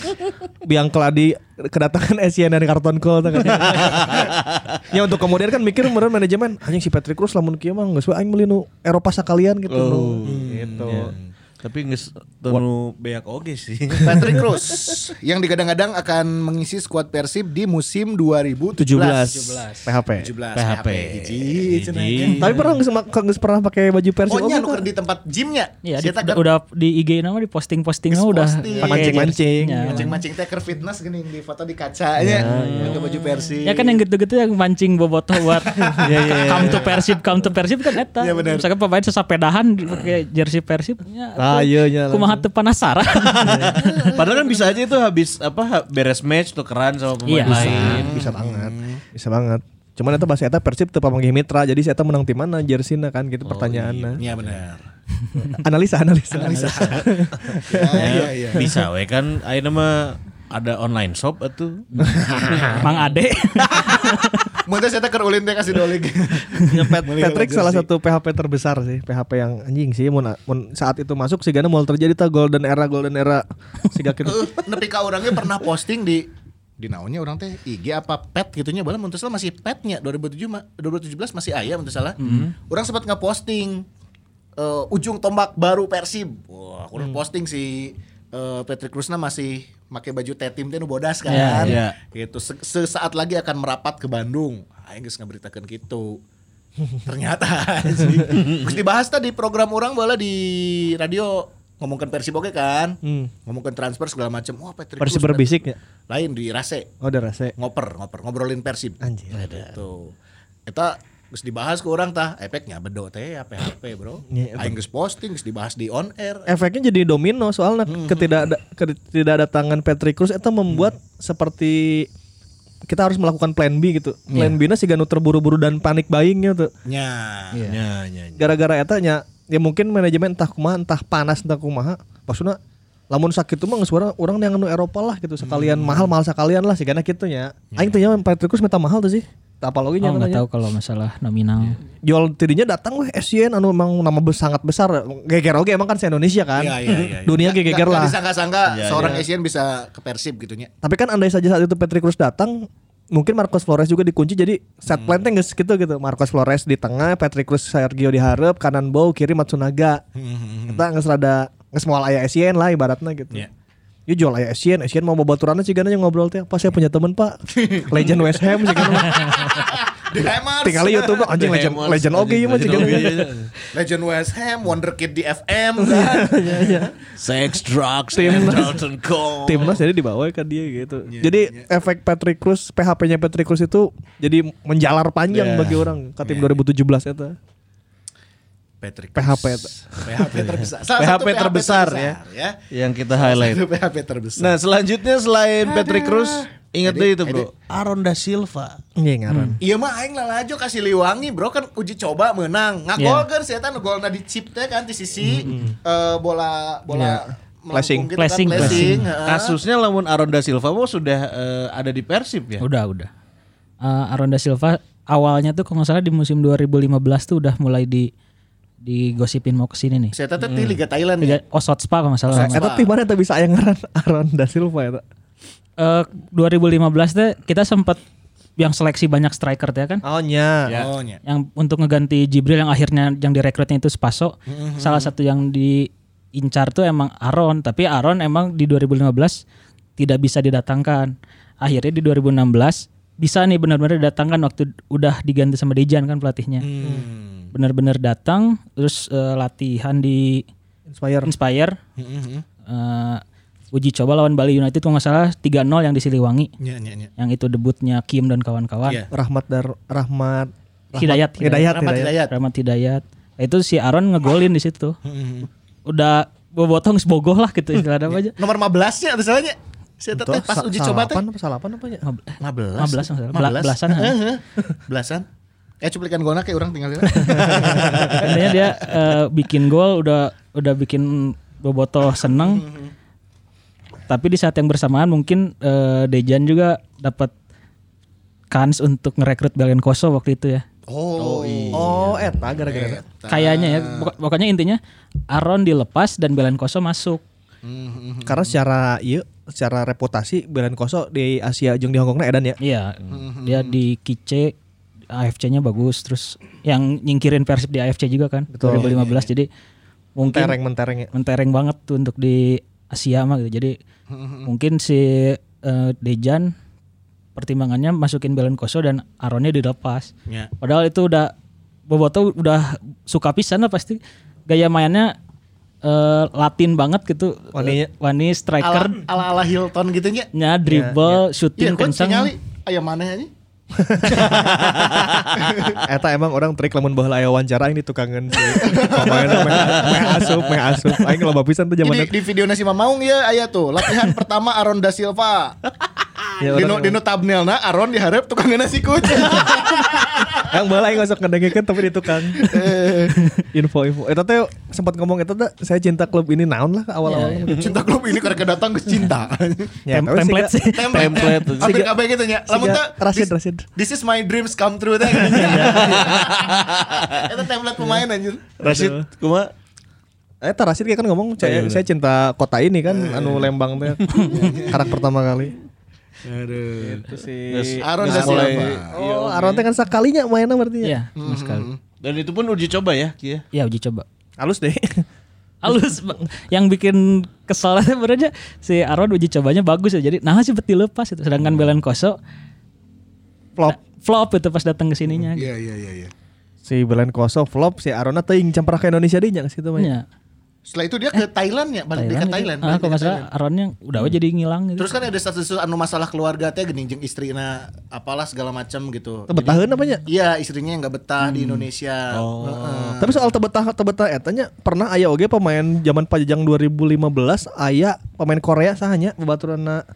S4: biang keladi kedatangan (laughs) SCN dan karton kol teh katanya. kan. Ya untuk kemudian kan mikir meureun manajemen anjing si Patrick Cruz lamun kieu mah geus we aing meuli nu Eropa sakalian gitu. bro. gitu.
S3: Iya. Oh, Tapi nges tenu beak oge sih. (laughs)
S2: Patrick Cruz yang digadang-gadang akan mengisi skuad Persib di musim 2017.
S4: 17, PHP.
S2: 17
S3: PHP.
S2: Hiji, cenah.
S3: Jadi
S4: Hmm, Tapi pernah geus geus pernah pakai baju Persib?
S2: Oh nya
S4: apa?
S2: nuker di tempat gymnya.
S5: ya
S2: Sia Iya,
S5: di,
S2: tak
S5: udah,
S2: keur-
S5: udah di IG nama di posting postingnya udah ya.
S2: Posting.
S5: pakai
S4: Mancing-mancing.
S5: jersinya.
S2: mancing-mancing teh keur fitness gini di foto di kacanya pakai baju Persib.
S5: ya kan yang gitu-gitu yang mancing bobotoh buat come to Persib come to Persib kan eta
S2: Iya, benar.
S5: misalkan pemain sesapedahan di- pakai jersey Persib ya,
S4: Ah, iya, iya,
S5: kumaha teu penasaran
S3: Padahal kan bisa aja itu habis apa ha- beres match tukeran sama pemain
S5: Iya.
S3: lain.
S4: bisa
S2: Hmm.
S4: banget bisa banget cuman itu bahasa eta persib teu pamanggih mitra jadi si eta menang tim mana jersina kan gitu pertanyaannya
S2: Iya benar.
S4: analisa analisa (laughs) analisa
S2: Iya
S3: Ya,
S2: iya.
S3: Bisa we kan ayeuna mah ada online shop
S2: (laughs)
S3: atuh.
S5: Mang Ade
S2: Mun teh saya tak keur ulin teh kasih dolig. Meuli
S4: Patrick
S2: jersey.
S4: salah satu PHP terbesar sih PHP yang anjing sih mun, mun saat itu masuk sih mau terjadi ta golden era golden era siga
S2: (laughs)
S4: kitu
S3: gitu.
S2: Eh, Nepi ka orangnya pernah posting di di naonnya orang teh IG apa pet gitunya bala mun teu salah masih petnya 2007 ma- 2017 masih aya mun teu salah.
S3: Hmm.
S2: Orang sempat ngeposting eh, ujung tombak baru Persib. Wah, kurang
S3: Hmm.
S2: posting si eh, Patrick Krusna masih pakai baju tetim teh nu bodas kan.
S3: Iya,
S2: Gitu Se- sesaat lagi akan merapat ke Bandung. Aing geus ngaberitakeun kitu. Ternyata (laughs) anjing. Terus dibahas tadi program orang bola di radio ngomongkan Persib oke kan. Ngomongkan transfer segala macam. Wah, Patrick Cruz,
S4: persib berbisik ya
S2: lain di Rase.
S4: oh udah rasa
S2: Ngoper, ngoper, ngobrolin Persib.
S4: Anjir.
S2: Gitu. Eta geus dibahas ke orang tah, efeknya bedo teh ya PHP, Bro.
S4: Iya,
S2: Aing geus posting, geus dibahas di on air.
S4: efeknya jadi domino soalnya
S2: Hmm.
S4: ketidak ketidak datangan Patrick Cruz itu membuat
S2: Hmm.
S4: seperti kita harus melakukan plan B gitu
S2: Iya.
S4: plan B nya sih ganu terburu-buru dan panik buyingnya tuh
S2: Nya.
S4: Iya.
S3: Ya, ya, ya.
S4: gara-gara etanya ya mungkin manajemen entah kumaha entah panas entah kumaha maksudnya lamun sakit tuh mah geus orang orang yang nu Eropa lah gitu sekalian
S2: Hmm.
S4: mahal mahal sekalian lah sih karena gitu nya
S2: Iya.
S4: aing tanya Patrick Cruz minta mahal tuh sih apa
S5: (laughs)
S4: lagi
S5: oh
S4: nya
S5: nggak
S4: katanya.
S5: tahu kalau masalah nominal
S4: jual dirinya datang weh SCN anu emang nama bes- sangat besar geger oge emang kan se Indonesia kan
S2: Iya, iya, iya, iya.
S4: dunia
S2: Nggak-
S4: geger
S2: nggak- nggak
S4: lah
S2: disangka-sangka seorang Asian bisa ke Persib gitu nya.
S4: Tapi kan andai saja saat itu Patrick Cruz datang, mungkin Marcos Flores juga dikunci jadi set plan nya nggak segitu gitu. Marcos Flores di tengah, Patrick Cruz Sergio di hareup, kanan Bow, kiri Matsunaga. Kita nggak serada nggak semua ayah SCN lah ibaratnya gitu.
S2: Iya.
S4: Yuk jual ayah SCN, SCN mau bawa turannya sih gana yang ngobrol teh. Pas saya punya temen pak, legend West Ham sih kan.
S2: (laughs) Di Hammers.
S4: Tinggal di YouTube anjing legend
S3: Demons,
S4: legend oke
S3: legend
S4: ya masih
S3: oge, iya.
S2: Legend West Ham, Wonderkid di
S4: (laughs)
S2: FM kan.
S4: Iya.
S3: Sex, drugs, and Dalton Cole.
S4: timnas jadi dibawa kan dia gitu. jadi efek Patrick Cruz, PHP-nya Patrick Cruz itu jadi menjalar panjang bagi orang ke tim 2017 itu.
S2: Patrick
S4: PHP
S2: Cruz.
S4: itu. (laughs)
S2: PHP
S4: Iya.
S2: terbesar. Salah
S3: PHP
S2: satu
S3: terbesar,
S2: ya.
S3: Yang kita
S2: Salah
S3: highlight.
S2: satu PHP terbesar.
S3: Nah selanjutnya selain Patrick Cruz
S2: Jadi-
S3: Ingat deh itu bro Aaron da Silva
S4: Iya ngaran.
S2: Iya mah aing lalajo kasih liwangi bro kan uji coba menang. Nah,
S5: Iya.
S2: Ngagolkeun yeah. setan golna di chip teh kan di sisi eh, bola bola melengkung
S4: Flashing.
S2: gitu
S5: Iya. Flashing,
S2: kan,
S5: flashing.
S2: heeh.
S3: Kasusnya lamun Aaron da Silva mau sudah eh, ada di Persib ya
S5: Udah, udah. Eh Aronda Silva awalnya tuh kalau nggak salah di musim 2015 tuh udah mulai di digosipin mau ke sini nih.
S2: Setan teh di Liga Thailand ya.
S5: Mm. Liga Osot Spa kalau nggak salah. Eh
S4: Eta tim mana tuh bisa ya, aya
S5: Eh,
S4: ngaran Aaron da Silva eta?
S5: 2015 tuh kita sempat yang seleksi banyak striker ya kan?
S4: Oh nya.
S2: Oh, nya.
S5: Yang untuk ngeganti Jibril yang akhirnya yang direkrutnya itu Spaso. Salah satu yang diincar tuh emang Aaron, tapi Aaron emang di 2015 tidak bisa didatangkan. Akhirnya di 2016 bisa nih benar-benar didatangkan waktu udah diganti sama Dejan kan pelatihnya. Benar-benar datang terus eh, latihan di
S4: Inspire.
S5: Inspire. Eh, uji coba lawan Bali United kalau nggak salah 3-0 yang di Siliwangi.
S2: Nya, nya, nya.
S5: Yang itu debutnya Kim dan kawan-kawan.
S2: Iya.
S4: Rahmat dar Rahmat
S5: Hidayat,
S4: Hidayat,
S2: Rahmat
S4: Hidayat.
S2: Hidayat.
S5: Rahmat Hidayat. Itu si Aaron ngegolin di situ.
S4: Mm-hmm.
S2: Mm-mm.
S5: Udah bobotong sebogoh lah gitu istilahnya apa aja.
S2: Nomor 15 nya ada salahnya. Saya teteh
S4: Tuh,
S2: pas
S4: sa-
S2: uji coba teh.
S4: salapan apa salapan apa ya?
S2: 15.
S5: 15, maksudnya. Bela- belasan, kan?
S2: Heeh. belasan. Eh cuplikan gona kayak orang
S5: (laughs)
S2: tinggal
S5: Akhirnya dia eh, bikin gol udah udah bikin bobotoh seneng.
S4: Mm-hmm.
S5: Tapi di saat yang bersamaan mungkin eh, Dejan juga dapat kans untuk ngerekrut Belen Koso waktu itu ya.
S2: Oh,
S4: Oh, eta
S2: Iya.
S4: gara-gara.
S5: Kayaknya ya. Pokok- Pokoknya intinya Aaron dilepas dan Belen Koso masuk.
S2: Hmm.
S4: Karena secara iya secara reputasi Belen Koso di Asia jeung di Hongkongnya edan ya.
S5: Iya, dia di Kice AFC-nya bagus terus yang nyingkirin Persib di AFC juga kan 2015 jadi mungkin
S4: Mentereng mentereng
S2: (laughs)
S4: ya.
S5: mentereng banget tuh untuk di Asia mah gitu. Jadi mungkin si eh, Dejan pertimbangannya masukin Belen Koso dan Aronnya dilepas.
S2: Ya.
S5: Padahal itu udah Boboto udah suka pisan lah pasti gaya mainnya eh, Latin banget gitu.
S4: Waninya.
S5: Wani
S2: ala,
S5: striker
S2: ala ala Hilton gitu nya.
S5: nya dribble,
S2: Iya,
S5: shooting
S2: kan
S5: kencang.
S2: nyali aya maneh aja.
S4: Eta emang orang trik lamun baheula aya wawancara ini
S2: (laughs)
S4: tukangan sih. Pemainna meh meh asup, meh asup. Aing loba pisan tuh
S2: Jadi
S4: zaman
S2: di video nasi Mamaung ya aya tuh latihan pertama Aaron da Silva.
S5: Iya,
S4: Ya,
S2: dino
S4: orang-
S2: dino thumbnailna Aaron diharap tukang nasi kucing. (laughs)
S4: Yang balai nggak usah ngedengerin tapi di tukang.
S5: Eh.
S4: Info-info. Eta teh Eh, sempat ngomong eta teh saya cinta klub ini naon lah awal-awal.
S2: cinta klub ini karena datang ke cinta
S4: Ya,
S5: Iya, Tem-
S4: tapi siga-
S5: template sih.
S3: Template.
S2: hampir kabeh gitu nya lamun
S4: siga-
S2: teh
S4: Rashid
S2: this-
S4: Rashid.
S2: this is my dreams come true teh Gitu. (laughs) itu template pemain anjir
S3: Rashid kuma
S4: Eta Rashid kayak kan ngomong
S5: Iya,
S4: saya, saya cinta kota ini kan anu Lembang
S5: (laughs)
S4: teh. Karak pertama kali.
S2: aduh
S4: Itu sih.
S2: Aaron
S3: Nggak
S2: da
S3: mulai.
S2: Silva
S4: Oh, Aron teh kan sekalinya mainnya berarti ya.
S5: Iya, sama sekali.
S3: dan itu pun uji coba ya, Kia.
S5: Iya uji coba.
S4: Halus deh. (laughs)
S5: Alus Bang. yang bikin kesel sebenarnya si Aaron uji cobanya bagus ya. Jadi nah sih beti lepas itu sedangkan Belen Koso
S4: Flop.
S5: Nah. flop itu pas datang ke sininya. gitu.
S2: iya iya iya iya.
S4: Si Belen Koso flop, si Arona teuing camprah ke Indonesia deh nyang situ mah.
S5: Iya.
S2: setelah itu dia ke Thailand ya balik dia ke
S5: itu.
S2: Thailand
S5: Eh, Ah,
S2: balik
S5: kalau
S2: dia
S5: nggak
S2: ke
S5: salah
S2: Thailand.
S5: Aaronnya udah aja jadi ngilang gitu.
S2: terus kan ada status anu masalah keluarga teh geuning jeung istrina apalah segala macam gitu
S4: Tebetaheun apa nya?
S2: Iya istrinya yang nggak betah di Indonesia. Heeh.
S4: Tapi soal tebetah tebetah etanya pernah aya oge pemain zaman Pajajang 2015 aya pemain Korea sahanya babaturanna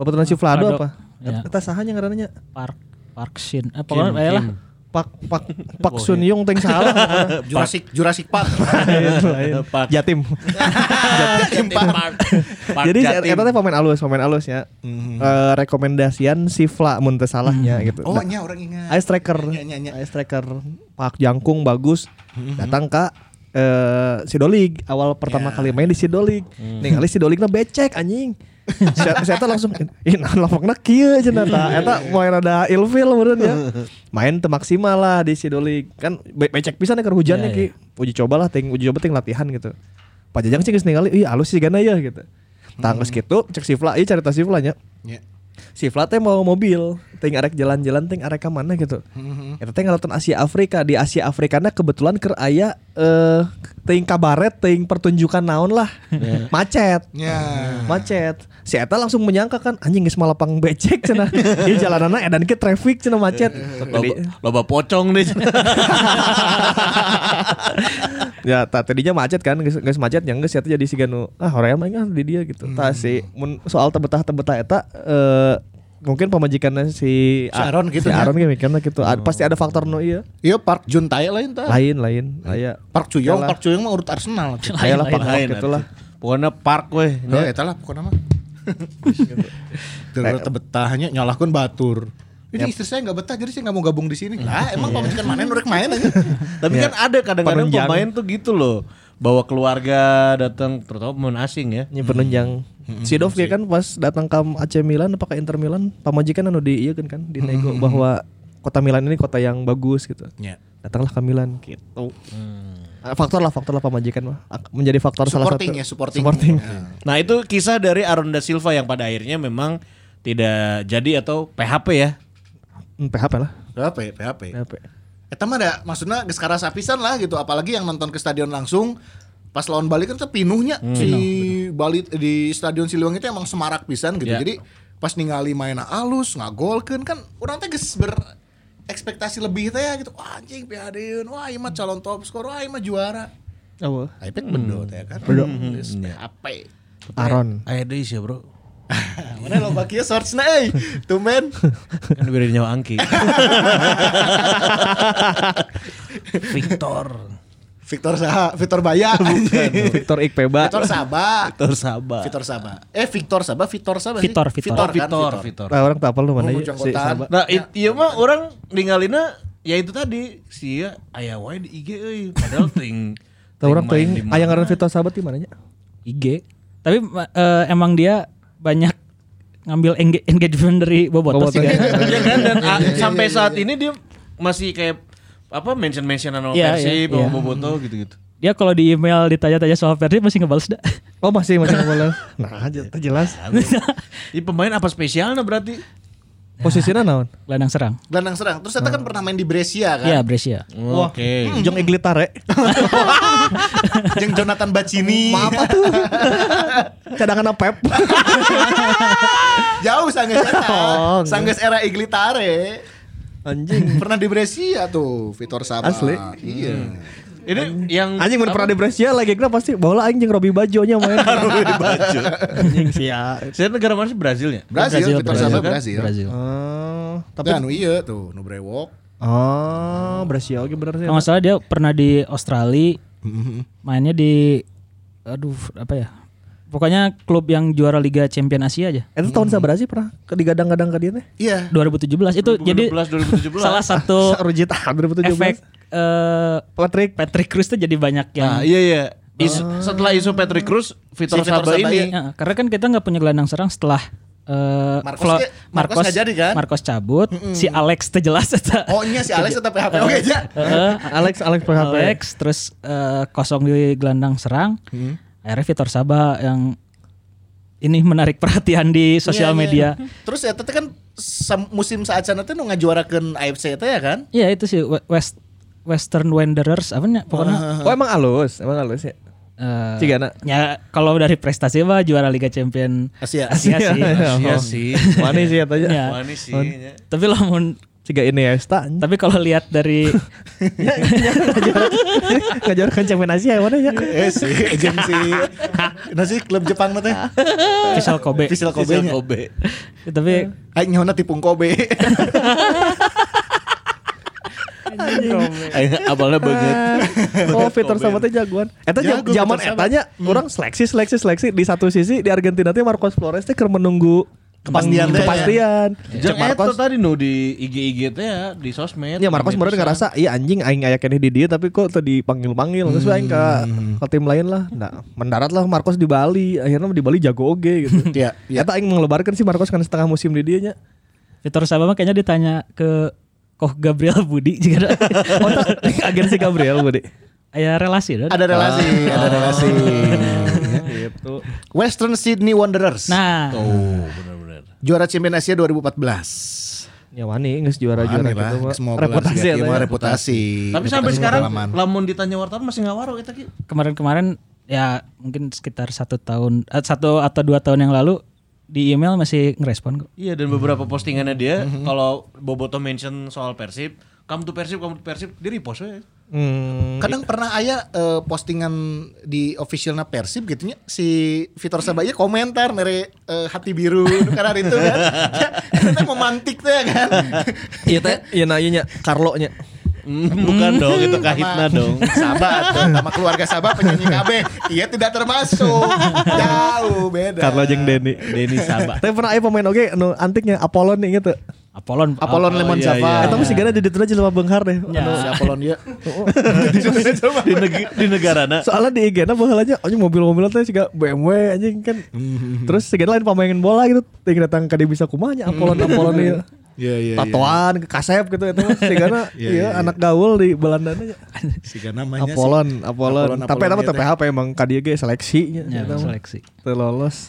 S4: babaturan si Vlado apa?
S5: Vlado. Ya.
S4: Eta sahanya ngaranna nya?
S5: Park Park Shin. Eh, pokoknya ayolah.
S4: Pak Pak Pak Sun Yung teng salah. pokoknya.
S2: Jurassic Jurassic Park.
S4: Lain, lain.
S3: Pak.
S4: Jatim.
S2: Jatim Park.
S4: Jadi si eta teh pemain alus, pemain alus ya. Eh, rekomendasian si Vla mun teu salahnya gitu.
S2: Oh
S4: Nah,
S2: nya orang ingat.
S4: Ice Tracker.
S2: Nya, nya, nya.
S4: Ice Tracker Pak Jangkung bagus. Datang ke eh Sidolik awal pertama
S2: Ya.
S4: kali main di Sidolik. Nih kali Sidolikna becek anjing. Saya saya langsung ih nah lapokna kieu cenah tah. Eta main ada ilfil meureun ya. Main teu maksimal lah di Sidolik. Kan be- becek pisan ya keur hujannya
S5: Ya,
S4: ki. Uji coba lah ting uji coba ting latihan gitu. Pak Jajang sih geus ningali, ih alus sih gana ya gitu. Tah geus kitu cek si Vla, ieu carita si Vla nya
S2: Nya.
S4: si Vlad teh mau mobil ting arek jalan-jalan ting arek ka mana gitu eta teh ngalaton Asia Afrika di Asia Afrikana kebetulan keur aya eh ting kabaret ting pertunjukan naon lah macet
S2: Nya.
S4: macet si eta langsung menyangka kan anjing geus malapang becek cenah ieu jalanana edan ke traffic cenah macet
S3: Loba, loba pocong deh. (laughs)
S4: ya ta, tadinya macet kan geus geus macet yang geus eta jadi si Ganu ah hoream aing ah di dia gitu
S2: Hmm.
S4: ta si mun soal tebetah-tebetah eta eh, mungkin pemajikannya si,
S2: Si Aaron gitu
S4: si
S2: ya.
S4: Aaron ge mikirna gitu A- pasti ada faktor nu iya
S2: Iya Park Jun Tae lain tah.
S4: lain lain
S2: Hmm.
S4: aya
S2: Park Cuyong,
S4: Yalah.
S2: Park Cuyong mah urut Arsenal. tuh.
S4: aya lah faktor
S3: Lain,
S4: gitu lah
S3: arti. Pokoknya park weh.
S2: Oh, eta lah pokoknya
S4: (laughs)
S2: mah. Terus betahnya nyalahkan batur. Ini istri saya nggak betah, jadi saya nggak mau
S4: Iya.
S2: gabung di sini. Lah, emang pemajikan mana yang urek main aja?
S3: Tapi kan ada kadang-kadang
S4: Penunjang.
S3: pemain tuh gitu loh. bawa keluarga datang terutama pemain asing ya.
S4: Nya
S2: Hmm.
S4: penunjang. Si Dovke kan pas datang ke AC Milan apa ke Inter Milan, pamajikan anu di ieu kan kan di nego
S2: Hmm.
S4: bahwa kota Milan ini kota yang bagus gitu.
S2: Ya.
S4: Datanglah ke Milan gitu. Ah, Faktor lah, faktor lah pemajikan mah Ak- menjadi faktor salah
S2: Hmm.
S4: satu.
S2: Supporting ya, supporting. Ya.
S3: Nah itu kisah dari Aronda Silva yang pada akhirnya memang tidak jadi atau PHP ya.
S4: Hmm, PHP lah.
S2: PHP, PHP.
S4: PHP.
S2: Eta mah ada Eh, ya, maksudnya geus karasa pisan lah gitu, apalagi yang nonton ke stadion langsung pas lawan Bali kan tepinuhnya si Bali di stadion Siliwangi itu emang semarak pisan gitu.
S3: Ya.
S2: Jadi pas ningali mainna alus, ngagolkeun kan urang teh geus ber ekspektasi lebih teh ya gitu. Wah, anjing PHD-eun, wah ieu mah calon top skor, wah ieu mah juara.
S4: Oh,
S2: Aipek bedo teh kan. Bedo. PHP.
S4: Aron.
S3: Ayah deui sih bro.
S2: (laughs) Mana lo bakieu shortsna euy. eh? Tumben.
S3: Kan beda di nyawa Angki. Victor.
S2: Victor Saha, Victor Baya.
S4: Kan, (laughs) Victor Ikpeba.
S2: Victor Saba.
S3: Victor Sabah.
S2: Vitor Saba. Eh Victor Saba, Victor Saba sih.
S5: Vitor, Vitor.
S2: Vitor, kan?
S3: Victor.
S2: Vitor.
S3: Victor.
S4: Nah, orang tak lu mana
S2: Oh,
S4: ya?
S2: bujang
S4: Si
S2: kotaan.
S4: Sabah.
S3: Nah, it, iya mah orang ninggalina ya itu tadi si ya aya wae di IG euy. Padahal ting.
S4: Tah orang
S3: main di
S4: teuing
S3: mana.
S4: aya ngaran Victor Sabat di mananya?
S5: IG. Tapi ma- eh, emang dia banyak ngambil engga- engagement dari Bobotoh
S4: Bobotoh,
S5: sih kan.
S4: iya.
S3: Iya kan dan
S2: Iya,
S3: a-
S2: iya,
S3: sampai
S2: iya,
S3: saat ini dia masih kayak apa mention mentionan sama
S5: Iya,
S3: Persib,
S5: iya,
S3: sama
S5: iya.
S3: Boboto gitu-gitu.
S5: Dia kalau di email ditanya-tanya soal Persib masih ngebales dah.
S4: Oh masih masih bola. Nah, j- teu jelas.
S3: Ini pemain apa spesialnya berarti?
S4: Posisinya naon?
S5: Gelandang serang.
S2: Gelandang serang. Terus Eta kan pernah main di Brescia kan. (laughs)
S5: Iya, Brescia.
S3: Oke.
S4: Jong Iglitare.
S2: Jeung Jonathan Bacini. Maaf tuh.
S4: (laughs) Cadangan Pep.
S2: Jauh sanggeus Eta.
S4: Oh, enggak.
S2: Sanggeus era Iglitare.
S4: Anjing.
S2: (laughs) Pernah di Brescia tuh Vitor Saba.
S4: Asli.
S2: Iya.
S3: Ini yang
S4: Anjing mun pernah di Brescia lagi kena pasti bola anjing Robi Bajonya main. (laughs) Robi Bajo. Anjing sia.
S3: saya negara mana sih ya? Brazilnya?
S2: Brazil, Vitor Saba Brazil.
S5: Brazil.
S4: Oh,
S2: Tapi
S4: tapi
S2: anu iya tuh, nu brewok.
S4: Oh, Brescia oke bener sih.
S5: Kalau nggak salah dia pernah di Australia,
S2: Mm-hmm.
S5: mainnya di, aduh apa ya? Pokoknya klub yang juara Liga Champion Asia aja.
S4: Itu tahun sabaraha sih pernah ke digadang-gadang ke dia teh?
S2: Iya.
S5: 2017 itu jadi
S3: 2017.
S5: salah
S2: (laughs)
S5: satu
S4: Rujit ah 2017.
S5: efek eh,
S4: Patrick
S5: Patrick Cruz tuh jadi banyak yang
S3: Nah, iya iya. Isu- setelah isu Patrick Cruz,
S2: Si
S3: Vitor
S2: Vitor Saba
S3: Saba ini
S2: iya.
S5: Ya, karena kan kita nggak punya gelandang serang setelah eh,
S2: Marcos
S5: Flo-
S2: ke- Marcos nggak jadi kan?
S5: Marcos cabut, si Alex tuh jelas (laughs) eta.
S2: Oh nya si Alex tetap PHP. Oke aja.
S5: Heeh.
S4: Alex Alex ya? PHP.
S5: Alex terus eh, kosong di gelandang serang.
S4: Hmm.
S5: Akhirnya Vitor Saba yang ini menarik perhatian di sosial
S2: Iya, iya.
S5: media.
S2: Terus Eta teh kan sam- musim saacana teh nu ngajuarakeun AFC Eta ya kan?
S5: Iya itu sih We- West Western Wanderers apa nya? pokoknya
S4: Oh emang alus, emang alus ya.
S5: eh,
S4: Cigana.
S5: ya kalau dari prestasi mah juara Liga Champion
S2: Asia.
S5: sih.
S3: Iya sih.
S4: Mana sih ya tanya?
S5: Iya.
S3: Wah, ini sih. ya.
S5: Tapi lamun
S4: Ciga ini ya, Sta.
S5: tapi kalau
S4: (laughs)
S5: lihat dari
S4: Ngajarkan champion Asia mana ya?
S2: Eh si jeung si nah si klub Jepang mah teh.
S5: Vissel Kobe,
S2: Vissel Kobe. nya.
S3: Kobe.
S5: tapi
S2: Aing nyauna tipung Kobe.
S3: Ayo, Abalnya banget.
S4: (laughs) Oh Vitor Sabatnya jagoan. Eta jam-
S2: Jago
S4: zaman
S2: Vitor Sabat.
S4: etanya orang seleksi seleksi seleksi di satu sisi di Argentina teh Marcos Flores teh keur menunggu
S2: Kepastian
S4: peng-
S2: teh.
S4: kepastian. Cek
S3: Jeung iya. eta
S4: Marcos
S3: tadi nu di IG-IG teh ya, di sosmed.
S4: Ya Marcos
S3: Media
S4: meureun ngerasa iya anjing aing aya keneh di dia tapi kok teu dipanggil-panggil terus aing ke, ke tim lain lah. Nah, mendarat lah Marcos di Bali. Akhirnya di Bali jago oge (laughs) gitu.
S2: Iya, iya.
S4: Eta aing mengelebarkan si Marcos kan setengah musim di (laughs) dieu nya.
S5: Vitor Saba mah kayaknya ditanya ke Koh Gabriel Budi (laughs) jika ada,
S4: (laughs) Oh, tak, agen si Gabriel Budi.
S5: aya relasi dan.
S2: ada relasi, ada relasi.
S4: Gitu.
S2: Western Sydney Wanderers.
S5: Nah,
S3: Oh, benar-benar.
S2: Juara Champion Asia 2014.
S4: Ya wani geus juara-juara
S2: Aneh lah,
S4: gitu. mah.
S2: geus mau gelar
S4: Reputasi
S2: siga
S4: eta
S2: kieu mah,
S4: ya.
S2: reputasi.
S3: Tapi
S2: Reputasi
S3: sampai sekarang
S2: pengalaman.
S3: lamun ditanya wartawan masih ngawaro eta ki.
S5: kemarin-kemarin ya mungkin sekitar satu tahun eh, satu atau dua tahun yang lalu di email masih ngerespon kok.
S3: Iya dan beberapa postingannya dia kalau Boboto mention soal Persib, kamu tuh Persib, kamu tuh Persib, dia repost we.
S4: Hmm,
S2: Kadang pernah aya eh, postingan di officialna Persib gitu nya si Vitor Sabaya komentar mere eh, hati biru karena itu kan. (laughs) Ya, Kita memantik teh kan.
S4: Iya teh, iya nah iya nya Carlo nya.
S3: Bukan dong, (laughs) itu kahitna dong.
S2: Sabah tuh, (laughs) sama keluarga Sabah penyanyi KB Iya tidak termasuk Jauh beda
S4: (laughs) Carlo jeung Denny.
S3: Denny Sabah.
S4: Tapi pernah aya pemain oge anu antiknya Apollon nih gitu.
S5: Apollon.
S2: Apollon Lemon
S3: iya,
S2: Java.
S3: iya.
S4: Eta mah sigana di dieu aja jelema beunghar deh.
S2: Si
S5: Ya.
S2: Iya. Apollon dia.
S3: di, neg- di negara na
S4: Soalnya di IG-na baheula aja anjing mobil-mobil teh siga BMW anjing kan. Terus sigana lain pamain bola gitu. Ting datang ka dia bisa kumanya Apollon-Apollon ieu.
S2: Iya iya.
S4: Tatoan ke kasep gitu eta mah
S2: (laughs)
S4: sigana iya anak gaul di Belanda nya.
S2: Siga namanya
S4: Apollon,
S2: Apollon,
S4: Apollon. Tapi eta mah
S2: Apollon
S4: teu PHP emang ka dieu ge seleksinya.
S5: Ya,
S4: Eta gitu mah.
S5: seleksi.
S4: Teu lolos.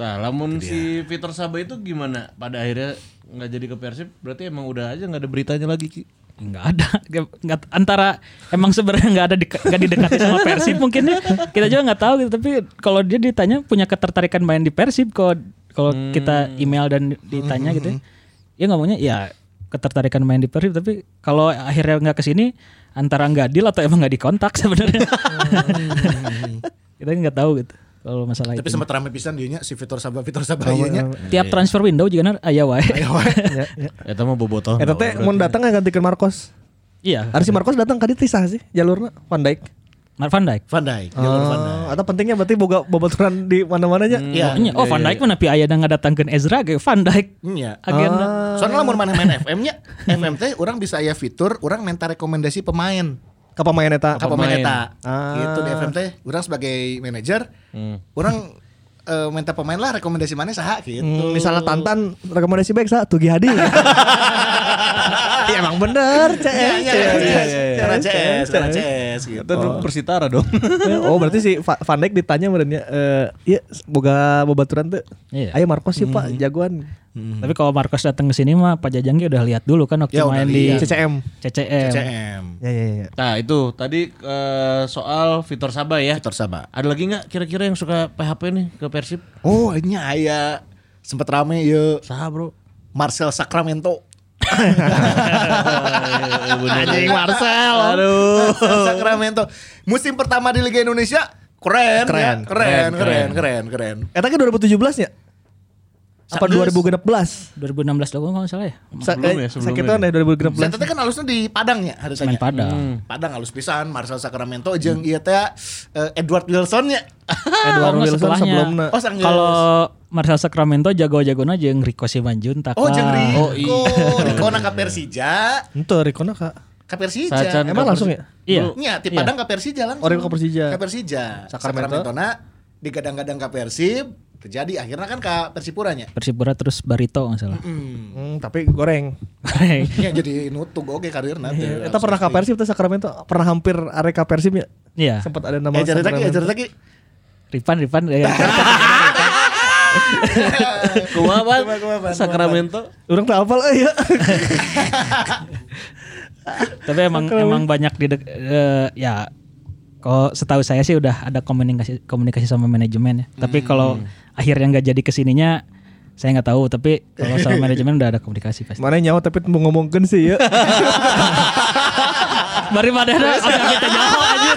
S3: Nah, lamun si Peter Sabah itu gimana? Pada akhirnya nggak jadi ke Persib, berarti emang udah aja nggak ada beritanya lagi Ki.
S5: Enggak ada. Enggak antara emang sebenarnya enggak ada deka- nggak didekati sama Persib mungkin ya. Kita juga nggak tahu gitu, tapi kalau dia ditanya punya ketertarikan main di Persib kalau kalau
S2: Hmm.
S5: kita email dan ditanya gitu. ya, Ya ngomongnya ya ketertarikan main di Persib tapi kalau akhirnya nggak kesini antara nggak deal atau emang nggak dikontak
S2: (laughs)
S5: sebenarnya. kita nggak tahu gitu kalau masalah
S2: Tapi
S5: itu.
S2: sempat rame pisan dia nya si Vitor Sabah Vitor Sabah ieu nya.
S5: Tiap transfer window juga kan, nar aya wae.
S3: Eta Ya, mah
S2: Oh,
S3: bobotoh.
S4: Eta teh mun Eh, datang gantikan Marcos.
S5: (laughs) Iya.
S4: Harus si Marcos datang kadi tisah sih jalurna Van Dijk. Ah,
S5: Mark Van Dijk.
S2: Van Dijk,
S4: Oh.
S2: Jalur Van Dijk.
S4: Atau pentingnya berarti boga babaturan di mana-mananya.
S2: Iya.
S5: Nya, oh Van Dijk mana pi aya datang datangkeun Ezra ge Van Dijk.
S2: Iya.
S5: Agenda.
S2: Soalnya lamun mana main FM nya, FM teh orang bisa aya fitur orang minta rekomendasi pemain.
S4: Ka pemain eta.
S2: Ka pemain eta.
S4: Ah.
S2: Gitu di FM teh orang sebagai manajer, orang eh, minta pemain lah rekomendasi mana saha gitu.
S4: Hmm, misalnya Tantan rekomendasi baik sa Tugi
S2: (laughs)
S4: Hadi. ya emang bener CS.
S2: Iya,
S4: CS.
S2: iya, iya,
S4: CS,
S2: cara CS, cara
S4: CS.
S2: CS gitu.
S3: Eta dulu persitara dong.
S4: (laughs) Oh berarti si Va- Van Dijk ditanya merenya eh iya boga babaturan tuh.
S5: Iya.
S4: Ayo Marcos sih
S2: Hmm.
S4: Pak jagoan
S5: Hmm. Tapi kalau Marcos datang ke sini mah Pak Jajang Ki udah lihat dulu kan waktu
S2: Ya, udah
S5: main di
S2: lihat.
S4: CCM.
S5: CCM.
S2: CCM.
S4: Ya ya
S2: iya.
S4: ya.
S3: Nah itu tadi eh, soal Vitor Sabah ya.
S2: Vitor Sabah.
S3: Ada lagi nggak kira-kira yang suka PHP nih ke (laughs) Persib?
S2: Oh, ini aya sempat rame ya
S3: Saha bro?
S2: Marcel Sacramento.
S3: Anjing Marcel. Aduh.
S2: Marcel Sacramento. Musim pertama di Liga Indonesia keren,
S4: Keren.
S2: ya. keren, keren, keren, keren.
S4: Eta kan 2017 nya? Apa
S2: Sa-
S4: 2016?
S5: 2016 dong kalau nggak salah ya.
S4: Sa-
S3: Sebelum
S4: eh,
S3: ya, sebelum
S4: Sakit
S3: ya.
S4: tahun ya 2016.
S2: Saya kan alusnya di Padang ya harusnya.
S5: Main Padang.
S2: Padang halus pisan, Marcel Sacramento jeung ieu teh eh, Edward Wilson nya.
S4: Edward
S5: Kalau Ah, nggak
S4: Wilson
S5: setelahnya.
S4: sebelumnya.
S2: (laughs) Oh, sang
S5: Eh, Kalau Marcel Sacramento jago-jagona jeung Rico Simanjuntak.
S2: Oh,
S5: lah.
S2: jeung Rico.
S3: Oh, iya.
S2: Rico nak ka Persija,
S4: Itu Rikona Kak.
S2: ka Persija.
S3: Sacan
S4: Emang
S3: ke
S4: langsung
S3: Persib.
S4: ya?
S5: Iya.
S2: Nya, ti
S5: Iya.
S2: Padang ke Persija langsung.
S4: Oh, Rico ke Persija.
S2: Ke Persija.
S4: Sacramento.
S2: na digadang-gadang ke Persib, terjadi akhirnya kan ke Persipuranya.
S5: Persipura terus Barito nggak salah.
S4: Hmm, tapi goreng.
S2: Ya jadi nutung oge karir nanti.
S4: Eta Iya. pernah ke Persib tuh Sacramento, pernah hampir area ke Persib ya?
S5: (laughs) Iya.
S4: Sempat ada nama
S2: Ejar Eh, lagi, ejar lagi.
S5: Ripan Ripan eh,
S2: (laughs)
S3: Kumapan? Sacramento.
S4: Orang tak hafal eh ya.
S5: Tapi emang emang banyak di dek- eh, ya kalau setahu saya sih udah ada komunikasi komunikasi sama manajemen ya.
S4: Hmm.
S5: Tapi kalau akhirnya nggak jadi kesininya saya nggak tahu. Tapi kalau
S4: (laughs)
S5: sama manajemen udah ada komunikasi (laughs) pasti.
S4: Mana nyawa tapi mau ngomongkeun sih ya.
S5: Bari padahal agak kita
S4: (laughs)
S5: jauh anjir.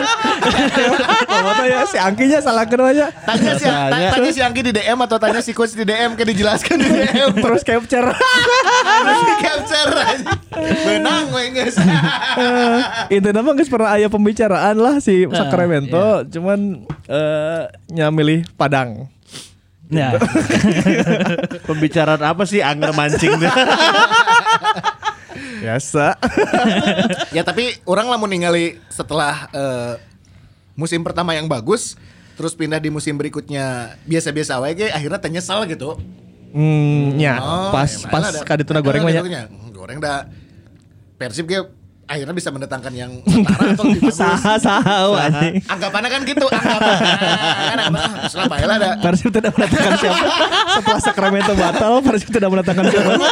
S4: Pamata ya si Angkinya salah keun aja.
S2: Tanya si, ta- tanya si Anggi di DM atau tanya si coach di DM kan dijelaskan di DM.
S4: Terus capture.
S2: Terus di capture. Benang we (laughs) geus.
S4: Itu nama nggak pernah ada pembicaraan lah si Sacramento, cuman eh nyamilih Padang.
S5: Ya.
S3: Pembicaraan apa sih angger mancing?
S2: (laughs)
S4: Biasa.
S2: Ya tapi orang lamun ningali setelah eh, musim pertama yang bagus terus pindah di musim berikutnya biasa-biasa wae ge akhirnya teh nyesal gitu.
S4: Hmm, ya
S2: Oh,
S4: pas
S2: emang
S4: pas
S2: ada-
S4: kadituna
S2: ada
S4: goreng mah ya. nya.
S2: gitu nya. Hmm, Goreng dah Persib ge akhirnya bisa mendatangkan yang setara
S4: (laughs)
S2: atau lebih bagus.
S4: Saha saha we, anjing.
S2: Anggapannya kan gitu, anggapan. kan anggapan, ah, selama ya lah ada.
S4: Persib tidak mendatangkan siapa Setelah Sacramento batal Persib tidak mendatangkan siapa
S2: Iya,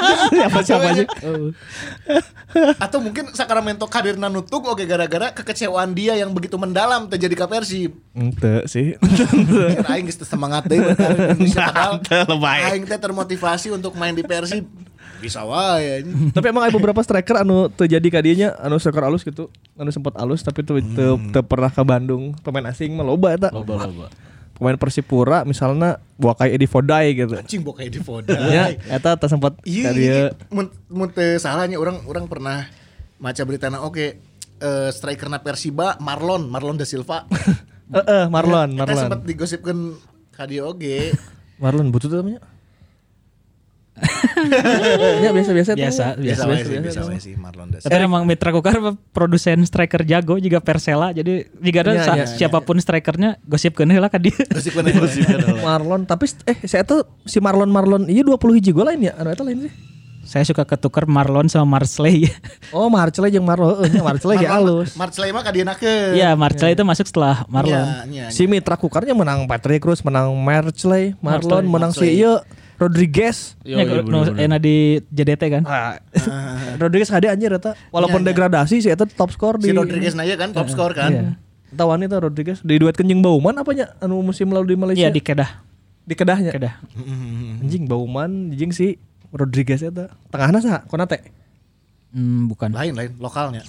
S4: Siapa siapa aja
S2: Atau mungkin Sacramento kadir nanutuk oke gara-gara kekecewaan dia yang begitu mendalam terjadi ke Persib.
S4: Ente sih
S2: Kira Aing geus teu semangat deui berkarir di Indonesia padahal
S3: Teu lebay.
S2: Aing teh termotivasi untuk main di Persib. Bisa wae anjing.
S4: Tapi emang ada beberapa striker Anu terjadi kadinya Anu striker alus gitu Anu sempat alus Tapi tuh teu teu pernah ke Bandung Pemain asing mah loba eta
S3: Loba loba.
S4: Pemain Persipura Misalnya Wakai Edi Fodai
S2: (laughs)
S4: gitu
S2: Anjing bok kayak di Voda.
S4: Ya Eta tak sempat
S2: Iya,
S4: Iya
S2: mun mun teu salahnya orang orang pernah maca berita na oke eh strikerna Persiba Marlon, Marlon da Silva.
S4: Eh (laughs) Marlon
S2: Kita sempat
S4: Marlon
S2: digosipkeun ka dieu oge.
S4: Marlon butuh tuh namanya ya biasa-biasa tuh.
S5: Biasa, biasa.
S2: Biasa wae sih,
S4: biasa
S2: biasa
S4: tuh.
S2: wae sih Marlon Des.
S5: Tapi emang Mitra Kukar produsen striker jago juga Persela. Jadi jika ada
S4: Iya,
S5: sa-
S4: iya,
S5: siapapun strikernya gosip lah
S4: (laughs)
S5: kan dia.
S2: Gosip bener. Gosip
S4: Marlon tapi st- eh saya tuh si Marlon Marlon iya 20 hiji gol lain ya anu eta lain sih
S5: Saya suka ketukar Marlon sama Marsley.
S4: (laughs) oh Marcel jeung Marlon eh, Marcel ge alus
S2: March Lema kadienakeun.
S5: Iya, Marsley itu masuk
S2: Iya,
S5: setelah Marlon.
S2: iya,
S4: si Mitra Kukarnya menang Patrick Cruz menang Marcel Marlon
S5: Marcel.
S4: menang
S2: Marcel.
S4: si iya Rodriguez
S5: Ya, no- enak di JDT kan.
S4: Ah, (laughs) Rodriguez ada anjir eta walaupun
S2: Iya, iya.
S4: degradasi sih eta top skor
S2: Si
S4: di
S2: Rodriguez naya kan
S4: Iya.
S2: top skor kan.
S4: Tawan itu Rodriguez di duet kenjing Bauman apanya anu musim lalu di Malaysia
S5: Iya di Kedah.
S4: di Kedahnya
S5: Kedah.
S2: Hmm.
S4: anjing Bauman anjing si Rodriguez eta tengahna saha Konate
S5: Hmm, bukan.
S2: Lain lain lokalnya.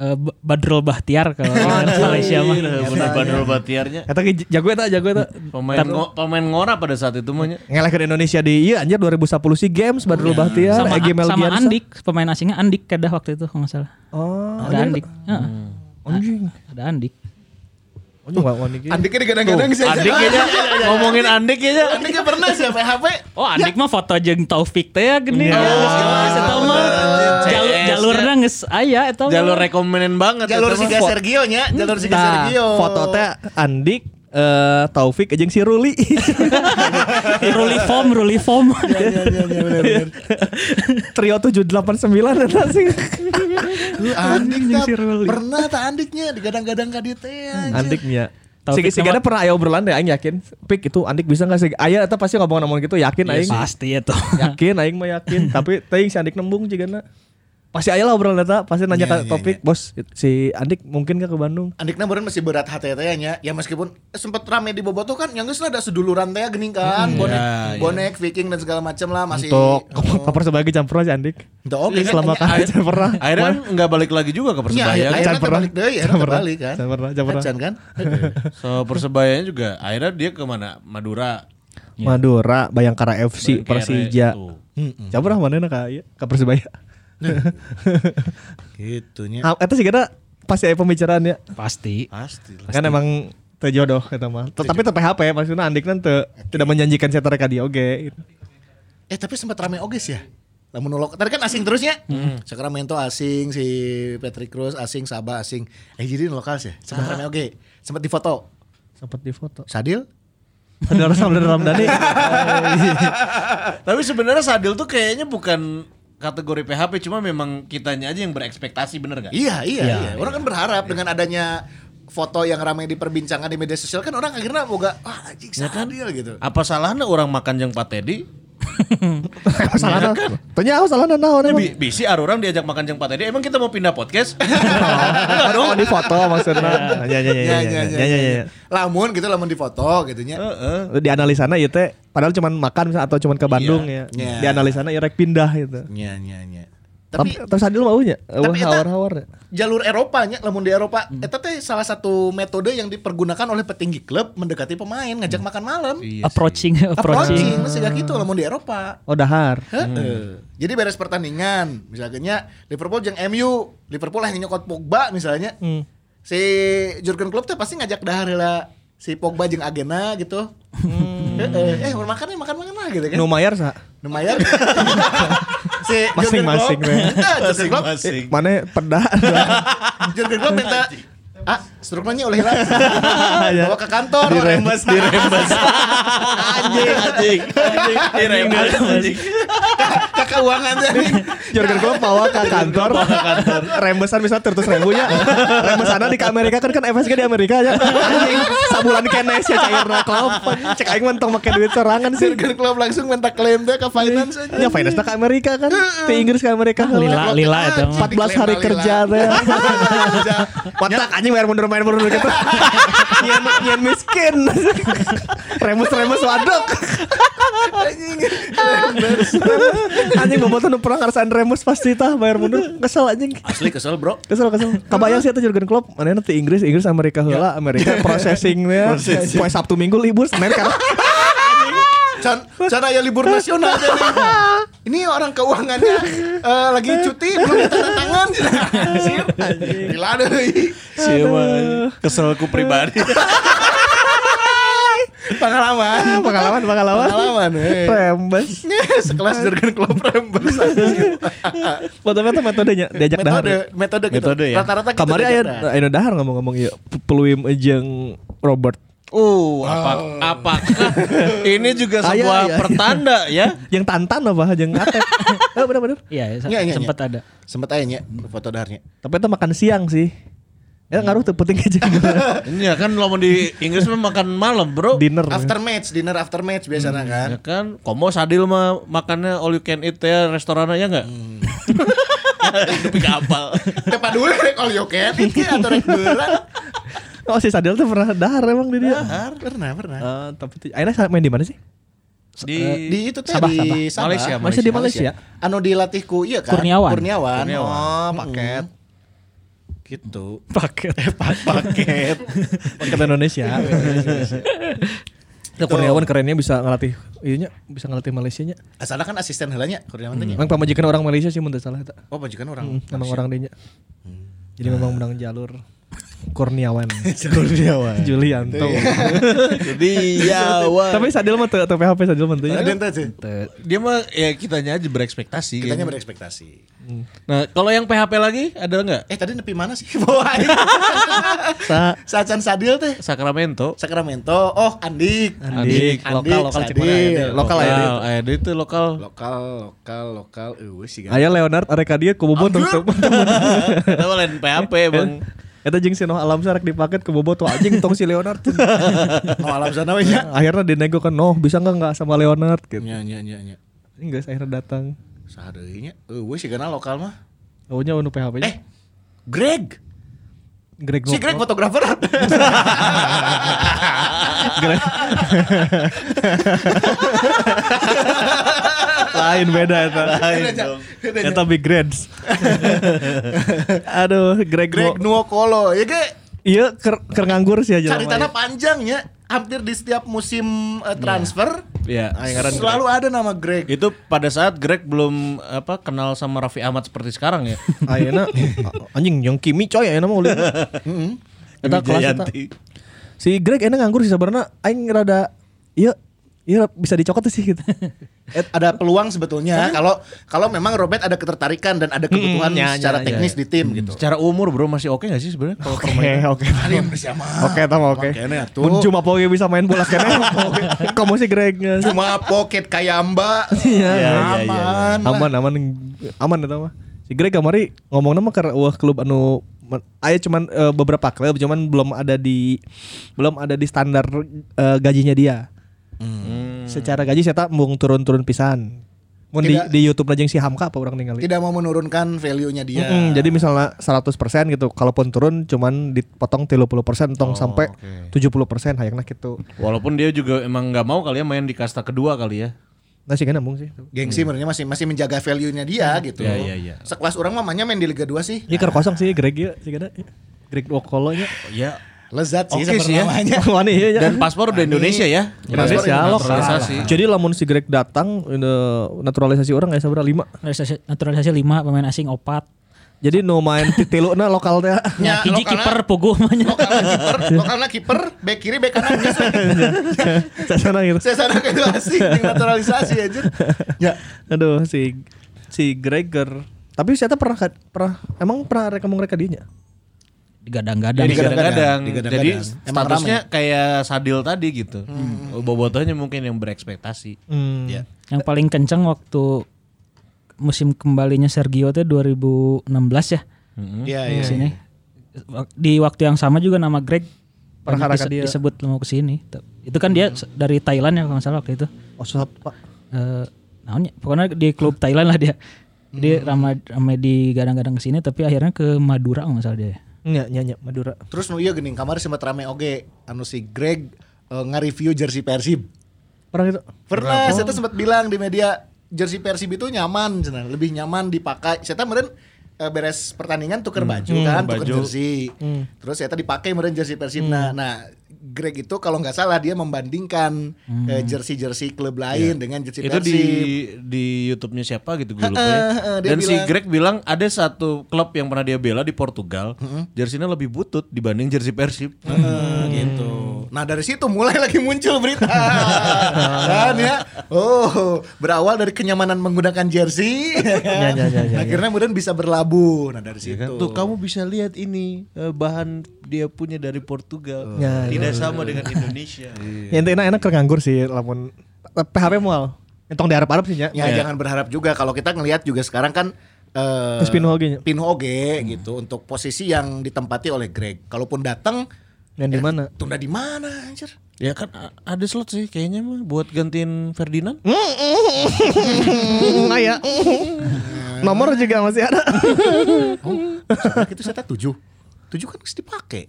S5: Eh, Ba- Badrul Bahtiar kalau di
S3: iya,
S2: Iya,
S5: Malaysia mah.
S3: Bandul Batiarnya.
S4: eta ge jago eta jago eta
S3: Pemain ngo- pemain ngora pada saat itu mah nya.
S4: ngeleh ke Indonesia di iya anjir 2010 SEA Games
S2: Iya.
S4: Badrul Bahtiar
S5: Sama,
S4: Egy
S5: sama
S4: Melgiansa.
S5: Andik, pemain asingnya Andik Kedah waktu itu kalau nggak salah.
S4: oh
S5: ada Andik. Heeh, Hmm.
S4: anjing
S5: ada Andik.
S4: anjing Oh, wak wani ge.
S2: Andiknya digadang-gadang sih.
S3: Andik
S2: (laughs)
S3: kayaknya ngomongin Andik kayaknya.
S2: Andiknya pernah sih PHP.
S5: Oh Andik mah foto jeung Taufik teh ya gini.
S3: Ya,
S5: Geus jelas eta mah.
S3: bener.
S5: Jalur
S3: CS -nya.
S5: jalurna geus aya eta mah.
S3: Jalur rekomenden banget.
S2: Jalur
S3: Eta mah.
S2: Siga Sergio nya, jalur Siga
S4: Tah,
S2: Sergio.
S4: foto teh Andik eh, Taufik jeung si Ruli
S5: Ruli form, Ruli form.
S2: Iya iya iya benar benar.
S4: (laughs) trio 789 eta sih
S2: Andik
S5: Anjing
S2: tak
S5: si Ruli.
S2: pernah tak Andiknya digadang-gadang ka dieu teh. anjing.
S4: Andik nya.
S5: Taufik
S4: Sigi sigana pernah aya obrolan deh aing yakin. Pik itu Andik bisa enggak sih? Aya eta pasti ngomong-ngomong gitu yakin
S2: Iya
S4: aing.
S5: Iya, Pasti itu.
S4: Yakin aing mah
S2: (laughs)
S4: yakin, tapi teuing si Andik nembung jigana. Pasti aya lah obrolan eta, pasti
S2: Iya,
S4: nanya ka
S2: iya,
S4: topik, Bos, si Andik mungkin gak ke Bandung?
S2: Andikna beureun masih berat hati teh nya. Ya meskipun sempat rame di Bobotoh kan yang geus ada seduluran teh geuning kan, bonek, bonek, viking dan segala macam lah masih.
S4: Untuk (laughs) koper sebagai campuran si Andik.
S2: Untuk oke.
S4: Selama
S2: kan.
S4: kan can pernah.
S3: Akhirnya kan nggak balik lagi juga ke
S2: Nya,
S3: Persebaya. kan.
S2: Iya, akhirnya
S4: Can pernah.
S2: terbalik deh, akhirnya
S4: Can pernah.
S2: terbalik kan.
S4: Can pernah, can pernah.
S2: Can kan?
S3: So Persebayanya juga akhirnya dia kemana? Madura.
S4: Madura, Bayangkara FC,
S3: Bayangkara,
S4: Persija.
S3: tuh.
S4: Can pernah mana ah, iya. ka ieu? Ka Persebaya.
S2: Gitu nya.
S4: Ah, Eta sigana pasti aya pembicaraan ya.
S5: Pasti.
S3: Pasti lah.
S4: Kan emang teu jodoh eta mah. Tapi teu PHP maksudnya Andik kan teu tidak menjanjikan secara ka dia oge.
S2: Eh tapi sempat rame oges ya. Lamun nolak. Tadi kan asing terus ya. Sacramento asing, si Patrick Cruz asing, Sabah asing. Eh jadi lokal sih. Sempat rame oge. Sempat difoto.
S4: Sempat difoto.
S2: Sadil?
S4: Saudara Saudara Ramdhani.
S3: Ah, Tapi sebenarnya Sadil tuh kayaknya bukan kategori PHP cuma memang kitanya aja yang berekspektasi bener gak?
S2: Iya, iya, iya. Orang kan berharap dengan adanya foto yang ramai diperbincangkan di media sosial kan orang akhirnya boga wah anjing Sadil gitu.
S3: Apa salahnya orang makan yang Pak Teddy?
S4: Salah Tanya aku salah naon
S3: Ya,
S4: emang.
S3: bi- bisi ar orang diajak makan yang Pak Teddy. Emang kita mau pindah
S2: (laughs)
S3: podcast?
S4: Oh, di foto maksudnya. Ya
S2: Iya,
S4: ya ya ya, ya ya ya, ya.
S2: Lamun gitu lamun difoto gitu nya.
S3: Heeh.
S4: Di analisana ieu teh padahal cuman makan misalnya atau cuman ke Bandung ya.
S2: Iya.
S4: Di analisana ieu rek pindah gitu.
S2: Nya nya nya.
S4: Tapi
S2: Tapi
S4: terus Adil maunya
S2: Tapi
S4: wah
S2: eta-
S4: hawar-hawar. ya?
S2: jalur Eropa nya lamun di Eropa
S3: Hmm.
S2: eta teh salah satu metode yang dipergunakan oleh petinggi klub mendekati pemain ngajak makan malam.
S3: Iya sih.
S5: Approaching,
S2: Approaching,
S5: approaching.
S2: masih gitu lamun di Eropa.
S4: Oh dahar.
S3: Hmm.
S2: Heeh. Jadi beres pertandingan, misalnya Liverpool jeung MU, Liverpool yang nyokot Pogba misalnya.
S4: Hmm.
S5: Hmm.
S2: Si Jurgen Klopp teh pasti ngajak dahar lah si Pogba jeung Agena gitu. Heeh. Eh, makan nih, makan makan lah gitu kan.
S4: Nu mayar sa.
S2: Lumayan. (laughs) si Jurgen
S4: Masing-masing,
S2: Klopp. Heeh, Jurgen Klopp.
S3: Masing-masing.
S4: Mana ya? (laughs) peda.
S2: Jurgen Klopp minta Ah, strukturnya oleh
S4: (laughs)
S2: lah.
S4: Ya.
S2: Bawa ke kantor,
S4: Di rem-
S2: rembes. Dirembes. Anjing, anjing.
S3: Dirembes, anjing.
S2: Ke keuangan teh.
S4: Jurgen Klopp bawa ke kantor. Rembesan bisa terus ribunya. Rembesan di Amerika kan kan FSG di Amerika ya. Anjing, Sabulan kenes ya cairna Klopp. Cek aing mentong make duit sorangan sih.
S2: Jurgen Klopp langsung minta klaim teh ke finance aja.
S4: Ya finance ke Amerika kan. Di Inggris ke Amerika.
S5: Lila, lila itu.
S4: 14
S5: mah.
S4: hari
S2: Ah, Lila.
S4: kerja teh.
S2: (laughs)
S4: Watak anjing bayar mundur bayar mundur (laughs) gitu. Nyen nyen miskin. Remus remus wadok. Anjing bobotoh nu perang harus remus pasti tah bayar mundur. Kesel anjing.
S3: Asli kesel bro.
S4: Kesel kesel. Kabayang sih itu Jurgen Klopp. Mana nanti Inggris Inggris Amerika heula Amerika processingnya. Poe Sabtu Minggu libur Senin kan.
S2: Can, can aya libur nasional jadi. Ini orang keuangannya eh, lagi cuti belum tanda tangan. Gila deh.
S3: Siapa? Keselku pribadi.
S2: pengalaman
S4: (laughs) pengalaman pengalaman
S2: Pengalaman, eh.
S4: rembes
S2: sekelas Jurgen Klopp Rembers
S4: fotonya tuh metodenya diajak dahar
S2: metode metode gitu
S3: Metode ya.
S2: rata-rata gitu
S4: kemarin
S2: diajak
S4: aya
S2: dahar.
S4: aya dahar ngomong-ngomong ya peluim jeung Robert
S3: Uh,
S2: Ah.
S3: apa, apakah ini juga
S4: Ah, iya,
S3: sebuah
S4: iya, iya.
S3: pertanda ya?
S4: (laughs) yang tantan apa yang (laughs) atep eh bener-bener
S5: Iya,
S2: Iya, iya, iya.
S5: sempat ada.
S2: sempet aja nya foto daharnya
S4: tapi itu makan siang sih ya ngaruh tuh penting aja (laughs)
S3: Iya kan lo mau di Inggris mah makan malam bro.
S4: dinner
S2: after match dinner after match biasanya kan
S3: Ya kan, komo sadil mah makannya all you can eat ya restorannya ya nggak?
S2: Hmm.
S3: (laughs) Hidup di kapal.
S2: Tepat dulu rek all you can eat ya, atau rek berat
S4: oh si Sadil tuh pernah dahar emang (laughs) di dia
S2: pernah pernah
S4: Eh, tapi tuh- akhirnya sa- main di mana sih
S3: Di,
S2: Eh, di itu teh
S4: Sabah,
S2: di Sabah.
S3: Malaysia,
S4: Masih di Malaysia?
S2: Anu dilatihku iya kan?
S5: Kurniawan.
S2: Kurniawan.
S3: Kurniawan.
S2: Oh, paket. Gitu.
S5: Paket.
S2: Paket.
S4: ke (laughs) Indonesia Nah, Kurniawan kerennya bisa ngelatih iya bisa ngelatih Malaysia nya
S2: Asalnya kan asisten helanya Kurniawan tanya.
S4: Emang pamajikan orang Malaysia sih mun teu salah eta.
S2: Oh, bajukan orang.
S4: Hmm, Emang orang dinya. Jadi memang menang jalur (laughs) Kurniawan.
S2: Kurniawan.
S4: (laughs) Julianto.
S3: (laughs) Jadi
S2: (laughs)
S3: ya, wah.
S4: (laughs) Tapi Sadil mah teu teu PHP Sadil mah ya. teu nya.
S2: Ada teh.
S3: dia mah ya kitanya aja berekspektasi.
S2: Kitanya
S3: kayaknya.
S2: berekspektasi.
S3: Nah, kalau yang PHP lagi ada nggak?
S2: Eh, tadi nepi mana sih? (laughs) Bawa aing.
S4: Sa-
S2: Sacan Sadil teh.
S3: Sacramento.
S2: Sacramento. Oh, Andik.
S4: Andik.
S2: Lokal, lokal Sadil. Lokal ya.
S3: Iya, lokal. Ada itu lokal.
S2: Lokal, lokal, lokal. Eh, sih.
S4: Aya Gitu. Leonard arek ka dieu kubobot tuh.
S3: (laughs) Kita mah lain PHP bang.
S4: Eh, Eta jeung Sinoh Alam sarek dipaket kubobot tuh anjing tong si Leonard.
S2: (laughs) Oh, Iya. alam sana we nya.
S4: akhirnya dinego kan, "Noh, bisa enggak enggak sama Leonard?" gitu.
S2: Nya nya nya Eh, nya.
S4: Enggak, akhirnya datang.
S2: Sahadeunya. Eueuh sih kana lokal mah.
S4: Ohnya anu PHP
S2: Eh,
S4: nya
S2: Greg.
S4: Greg
S2: Si Greg (laughs)
S4: Nopal.
S2: fotografer.
S4: Lain beda eta. Lain
S2: dong.
S4: Eta big
S2: (laughs)
S4: grades. Aduh, Greg,
S2: Greg
S4: Mo-
S2: Nuokolo. Ya ge
S4: Iya, ker, ker nganggur sih aja.
S2: cari
S4: namanya.
S2: tanah panjangnya hampir di setiap musim eh, transfer
S3: Iya.
S2: ah, yang ngaran selalu ada nama Greg.
S3: Itu pada saat Greg belum apa kenal sama Raffi Ahmad seperti sekarang ya.
S2: (laughs)
S4: Ayeuna iya Ah, anjing yang Kimi coy ayeuna mah ulit. Eta
S3: Kimi
S4: kelas eta.
S3: Jayanti.
S4: Si Greg enak nganggur sih sabarna aing rada iya iya bisa dicokot sih gitu.
S2: Eh, ada peluang sebetulnya kalau kalau memang Robert ada ketertarikan dan ada kebutuhan
S4: ya,
S2: secara
S4: ya,
S2: teknis di tim gitu.
S3: Secara umur bro masih oke nggak sih sebenarnya
S4: Oh.
S3: kalau permainan?
S4: (laughs) oke.
S2: Ada yang bersama.
S4: Oke, tama oke.
S2: Makanya tuh.
S4: Mun cuma poe bisa main bola kene. Kamu sih Greg. ya.
S2: Cuma pocket kayamba. Iya, aman. lah.
S4: Aman aman aman eta mah. Si Greg kamari ngomongna mah karena wah klub anu men- Aya cuman eh, beberapa klub cuman belum ada di belum ada di standar eh, gajinya dia. Secara gaji saya tak mung turun-turun pisan. Mun di,
S2: Tidak-
S4: di YouTube najeng si Hamka apa orang ningali.
S2: Tidak mau menurunkan value-nya dia.
S4: Mm-mm, jadi misalnya 100% gitu, kalaupun turun cuman dipotong 30%
S2: Oh,
S4: tong sampai 70% hayangna gitu.
S3: Walaupun dia juga emang nggak mau kali ya main di kasta kedua kali ya.
S4: Nah sih kan sih.
S2: Gengsi menurutnya masih masih menjaga value-nya dia gitu.
S3: Iya, iya, iya.
S2: Sekelas orang mamanya main di Liga 2 sih.
S4: Ini ker kosong sih Greg ya, sih kan. Greg Wakolo nya.
S3: Ya.
S2: Lezat sih
S3: Oke sih ya.
S2: sebenarnya.
S4: (laughs) Wah, nih, iya, iya.
S3: Dan paspor udah Indonesia ya.
S4: Indonesia
S3: Iya,
S4: lokal.
S3: naturalisasi.
S4: Jadi lamun si Greg datang eh, naturalisasi orang ya sabra 5.
S5: Naturalisasi, naturalisasi 5 pemain asing opat.
S4: Jadi no main (laughs) titiluna lokal (laughs) teh.
S5: Ya,
S2: Ya,
S5: hiji
S2: lokalna-
S5: kiper pogo mah nya.
S2: lokalnya kiper, lokalnya kiper, back kiri, back kanan. geus (laughs) we.
S4: Sasana gitu.
S2: Saya sadar kayak itu asing, yang naturalisasi aja. Ya,
S4: (laughs) Aduh si si Gregor. Tapi saya pernah ka- pernah emang pernah rek ngomong rek ka dinya.
S5: Digadang-gadang.
S3: Jadi kadang-kadang,
S2: Digadang-gadang.
S3: jadi
S2: Emang
S3: statusnya kayak sadil tadi gitu. Bobotohnya mungkin yang berekspektasi.
S4: Hmm.
S2: ya.
S5: Yang paling kenceng waktu musim kembalinya Sergio itu 2016
S2: Iya,
S5: ya. Ke
S2: iya.
S5: sini. Wak- Di waktu yang sama juga nama Greg
S4: Pernah
S5: banyak
S4: ke
S5: dise-
S4: dia.
S5: disebut mau ke sini. T- Itu kan dia s- dari Thailand ya kalau nggak salah waktu itu.
S4: Oh, susah, Pak.
S5: Eh, naonnya? Pokoknya di klub Thailand lah dia. Dia ramai ramai di gadang-gadang ke sini tapi akhirnya ke Madura kalau nggak salah dia.
S4: Nya nya nya Madura.
S2: Terus nu ieu geuning kamari sempat rame oge anu si Greg eh, nge-review jersey Persib.
S4: Pernah gitu.
S2: Pernah, saya tuh sempat bilang di media jersey Persib itu nyaman, cenah. lebih nyaman dipakai. Saya tuh meren eh, beres pertandingan tuker baju kan, tuker jersey. Terus saya tuh dipakai meren jersey Persib. Nah, nah Greg itu kalau nggak salah dia membandingkan eh, jersey-jersey klub lain dengan jersey
S3: itu di
S2: Persib.
S3: di YouTube-nya siapa gitu gue lupa
S2: Heeh,
S3: ya.
S2: heeh, dia
S3: Dan si
S2: bilang-
S3: Greg bilang ada satu klub yang pernah dia bela di Portugal, jersinya lebih butut dibanding jersey Persib.
S2: Eh, gitu. Nah dari situ mulai lagi muncul berita kan ya. Oh berawal dari kenyamanan menggunakan jersey,
S4: Ya, ya, ya, ya, ya.
S2: akhirnya kemudian bisa berlabuh. Nah dari
S3: Ya
S2: situ.
S3: kan? Tuh kamu bisa lihat ini eh, bahan dia punya dari Portugal,
S2: Nah, iya,
S4: Ya,
S3: tidak sama dengan
S2: (laughs)
S3: Indonesia.
S4: Ya ente enak enak keur nganggur sih lamun Eh, PHP mual. Entong di Arab Arab sih nya.
S2: Ya jangan berharap juga kalau kita ngelihat juga sekarang kan eh
S4: Terus Pinho oge-nya.
S2: Pinho
S4: Hmm.
S2: oge, gitu untuk posisi yang ditempati oleh Greg. Kalaupun datang
S4: Yang di mana?
S2: tunda di mana
S4: (laughs)
S2: anjir?
S3: Ya kan a- ada slot sih kayaknya mah buat gantiin Ferdinand.
S2: Hmm?
S4: nah ya. Nomor juga masih
S2: (laughs)
S4: ada.
S2: Oh, Sebelah itu saya tujuh. Tujuh kan harus dipakai.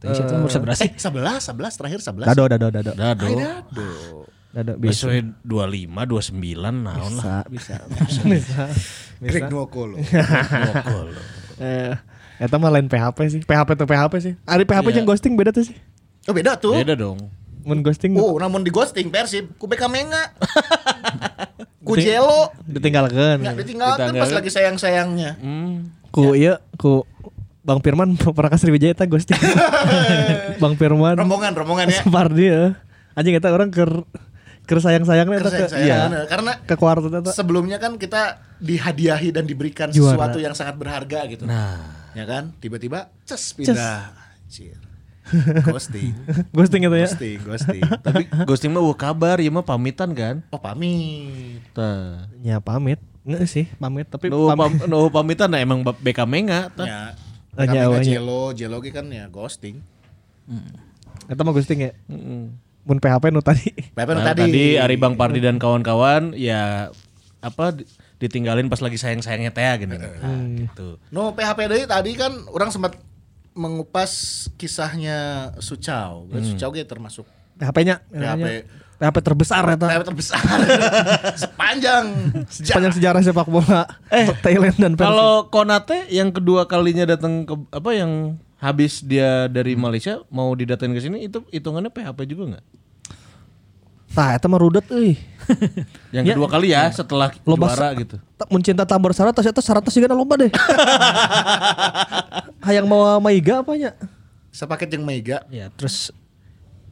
S5: Tadi situ nomor sebelas sih.
S2: Eh, sebelas, sebelas terakhir sebelas.
S4: Dado, dado, dado.
S3: Dado.
S4: Dado bisa.
S3: Besoknya 25, 29 naon lah.
S4: Bisa, bisa. Bisa. Iya.
S2: Greg Nuokolo.
S3: Ngokol.
S4: Eh, eta mah lain PHP sih. PHP tuh PHP sih. Ari PHP
S2: Iya.
S4: yang ghosting beda tuh sih.
S2: Oh beda tuh.
S3: Beda dong.
S4: Mun ghosting
S2: Oh, namun di ghosting Persib, ku BK
S4: (laughs)
S2: Menga. ku Jelo.
S4: ditinggalkan.
S2: Nggak Ya. ditinggalkan pas lagi sayang-sayangnya.
S4: Ku iya, ku Bang Firman (laughs) pernah ke Sriwijaya eta
S2: (laughs)
S4: ghosting. Bang Firman.
S2: Rombongan, rombongan ya.
S4: Separdi ya. Anjing eta orang ker ker sayang-sayangnya eta ke
S2: Sayang-sayang.
S4: (laughs) iya.
S2: Karena
S4: Ke kuartet eta.
S2: sebelumnya kan kita dihadiahi dan diberikan
S4: Juara.
S2: sesuatu yang sangat berharga gitu. Nah, ya kan? Tiba-tiba ces pindah. Anjir. Ghosting.
S4: Ghosting itu ya.
S2: ghosting, ghosting.
S3: Tapi ghosting mah wah kabar, ya mah pamitan kan.
S2: Oh, pamit.
S3: Tah.
S4: Ya pamit. Nggak sih, pamit tapi
S3: No,
S4: pamit.
S3: (laughs) pam, no pamitan nah emang BK Menga. tah.
S2: Ya.
S4: Oh,
S2: Kami
S4: nyawa,
S2: nggak
S4: nyawa.
S2: Jelo, Jelo ge kan ya ghosting.
S4: Eta mah ghosting ya.
S3: Mm-mm.
S4: Mun PHP nu tadi.
S2: Pepen
S3: Nah,
S2: tadi.
S3: tadi Ari Bang Pardi dan kawan-kawan ya apa di- ditinggalin pas lagi sayang-sayangnya teh gini kan. Nah, gitu.
S2: No PHP deui tadi kan orang sempat mengupas kisahnya Sucau.
S3: Hmm.
S2: Sucau ge termasuk
S4: PHP-nya.
S2: PHP.
S4: PHP terbesar ya, eta.
S2: PHP terbesar sepanjang
S4: Nah. Sepanjang sejarah sepak bola Thailand dan Persib.
S3: Eh. Kalau Konate yang kedua kalinya datang ke apa yang habis dia dari Malaysia mau didatangin ke sini itu hitungannya PHP juga nggak?
S4: tah eta Nah, mah rudet
S3: (laughs)
S4: euy.
S3: Yang kedua kali ya setelah
S4: Loba
S3: juara
S4: sa-
S3: gitu.
S4: Ta- Mun cinta tambor syarat tas eta syarat juga loba
S3: (laughs)
S4: deh. Hayang mau maiga apanya?
S2: sepaket yang mega
S5: Ya terus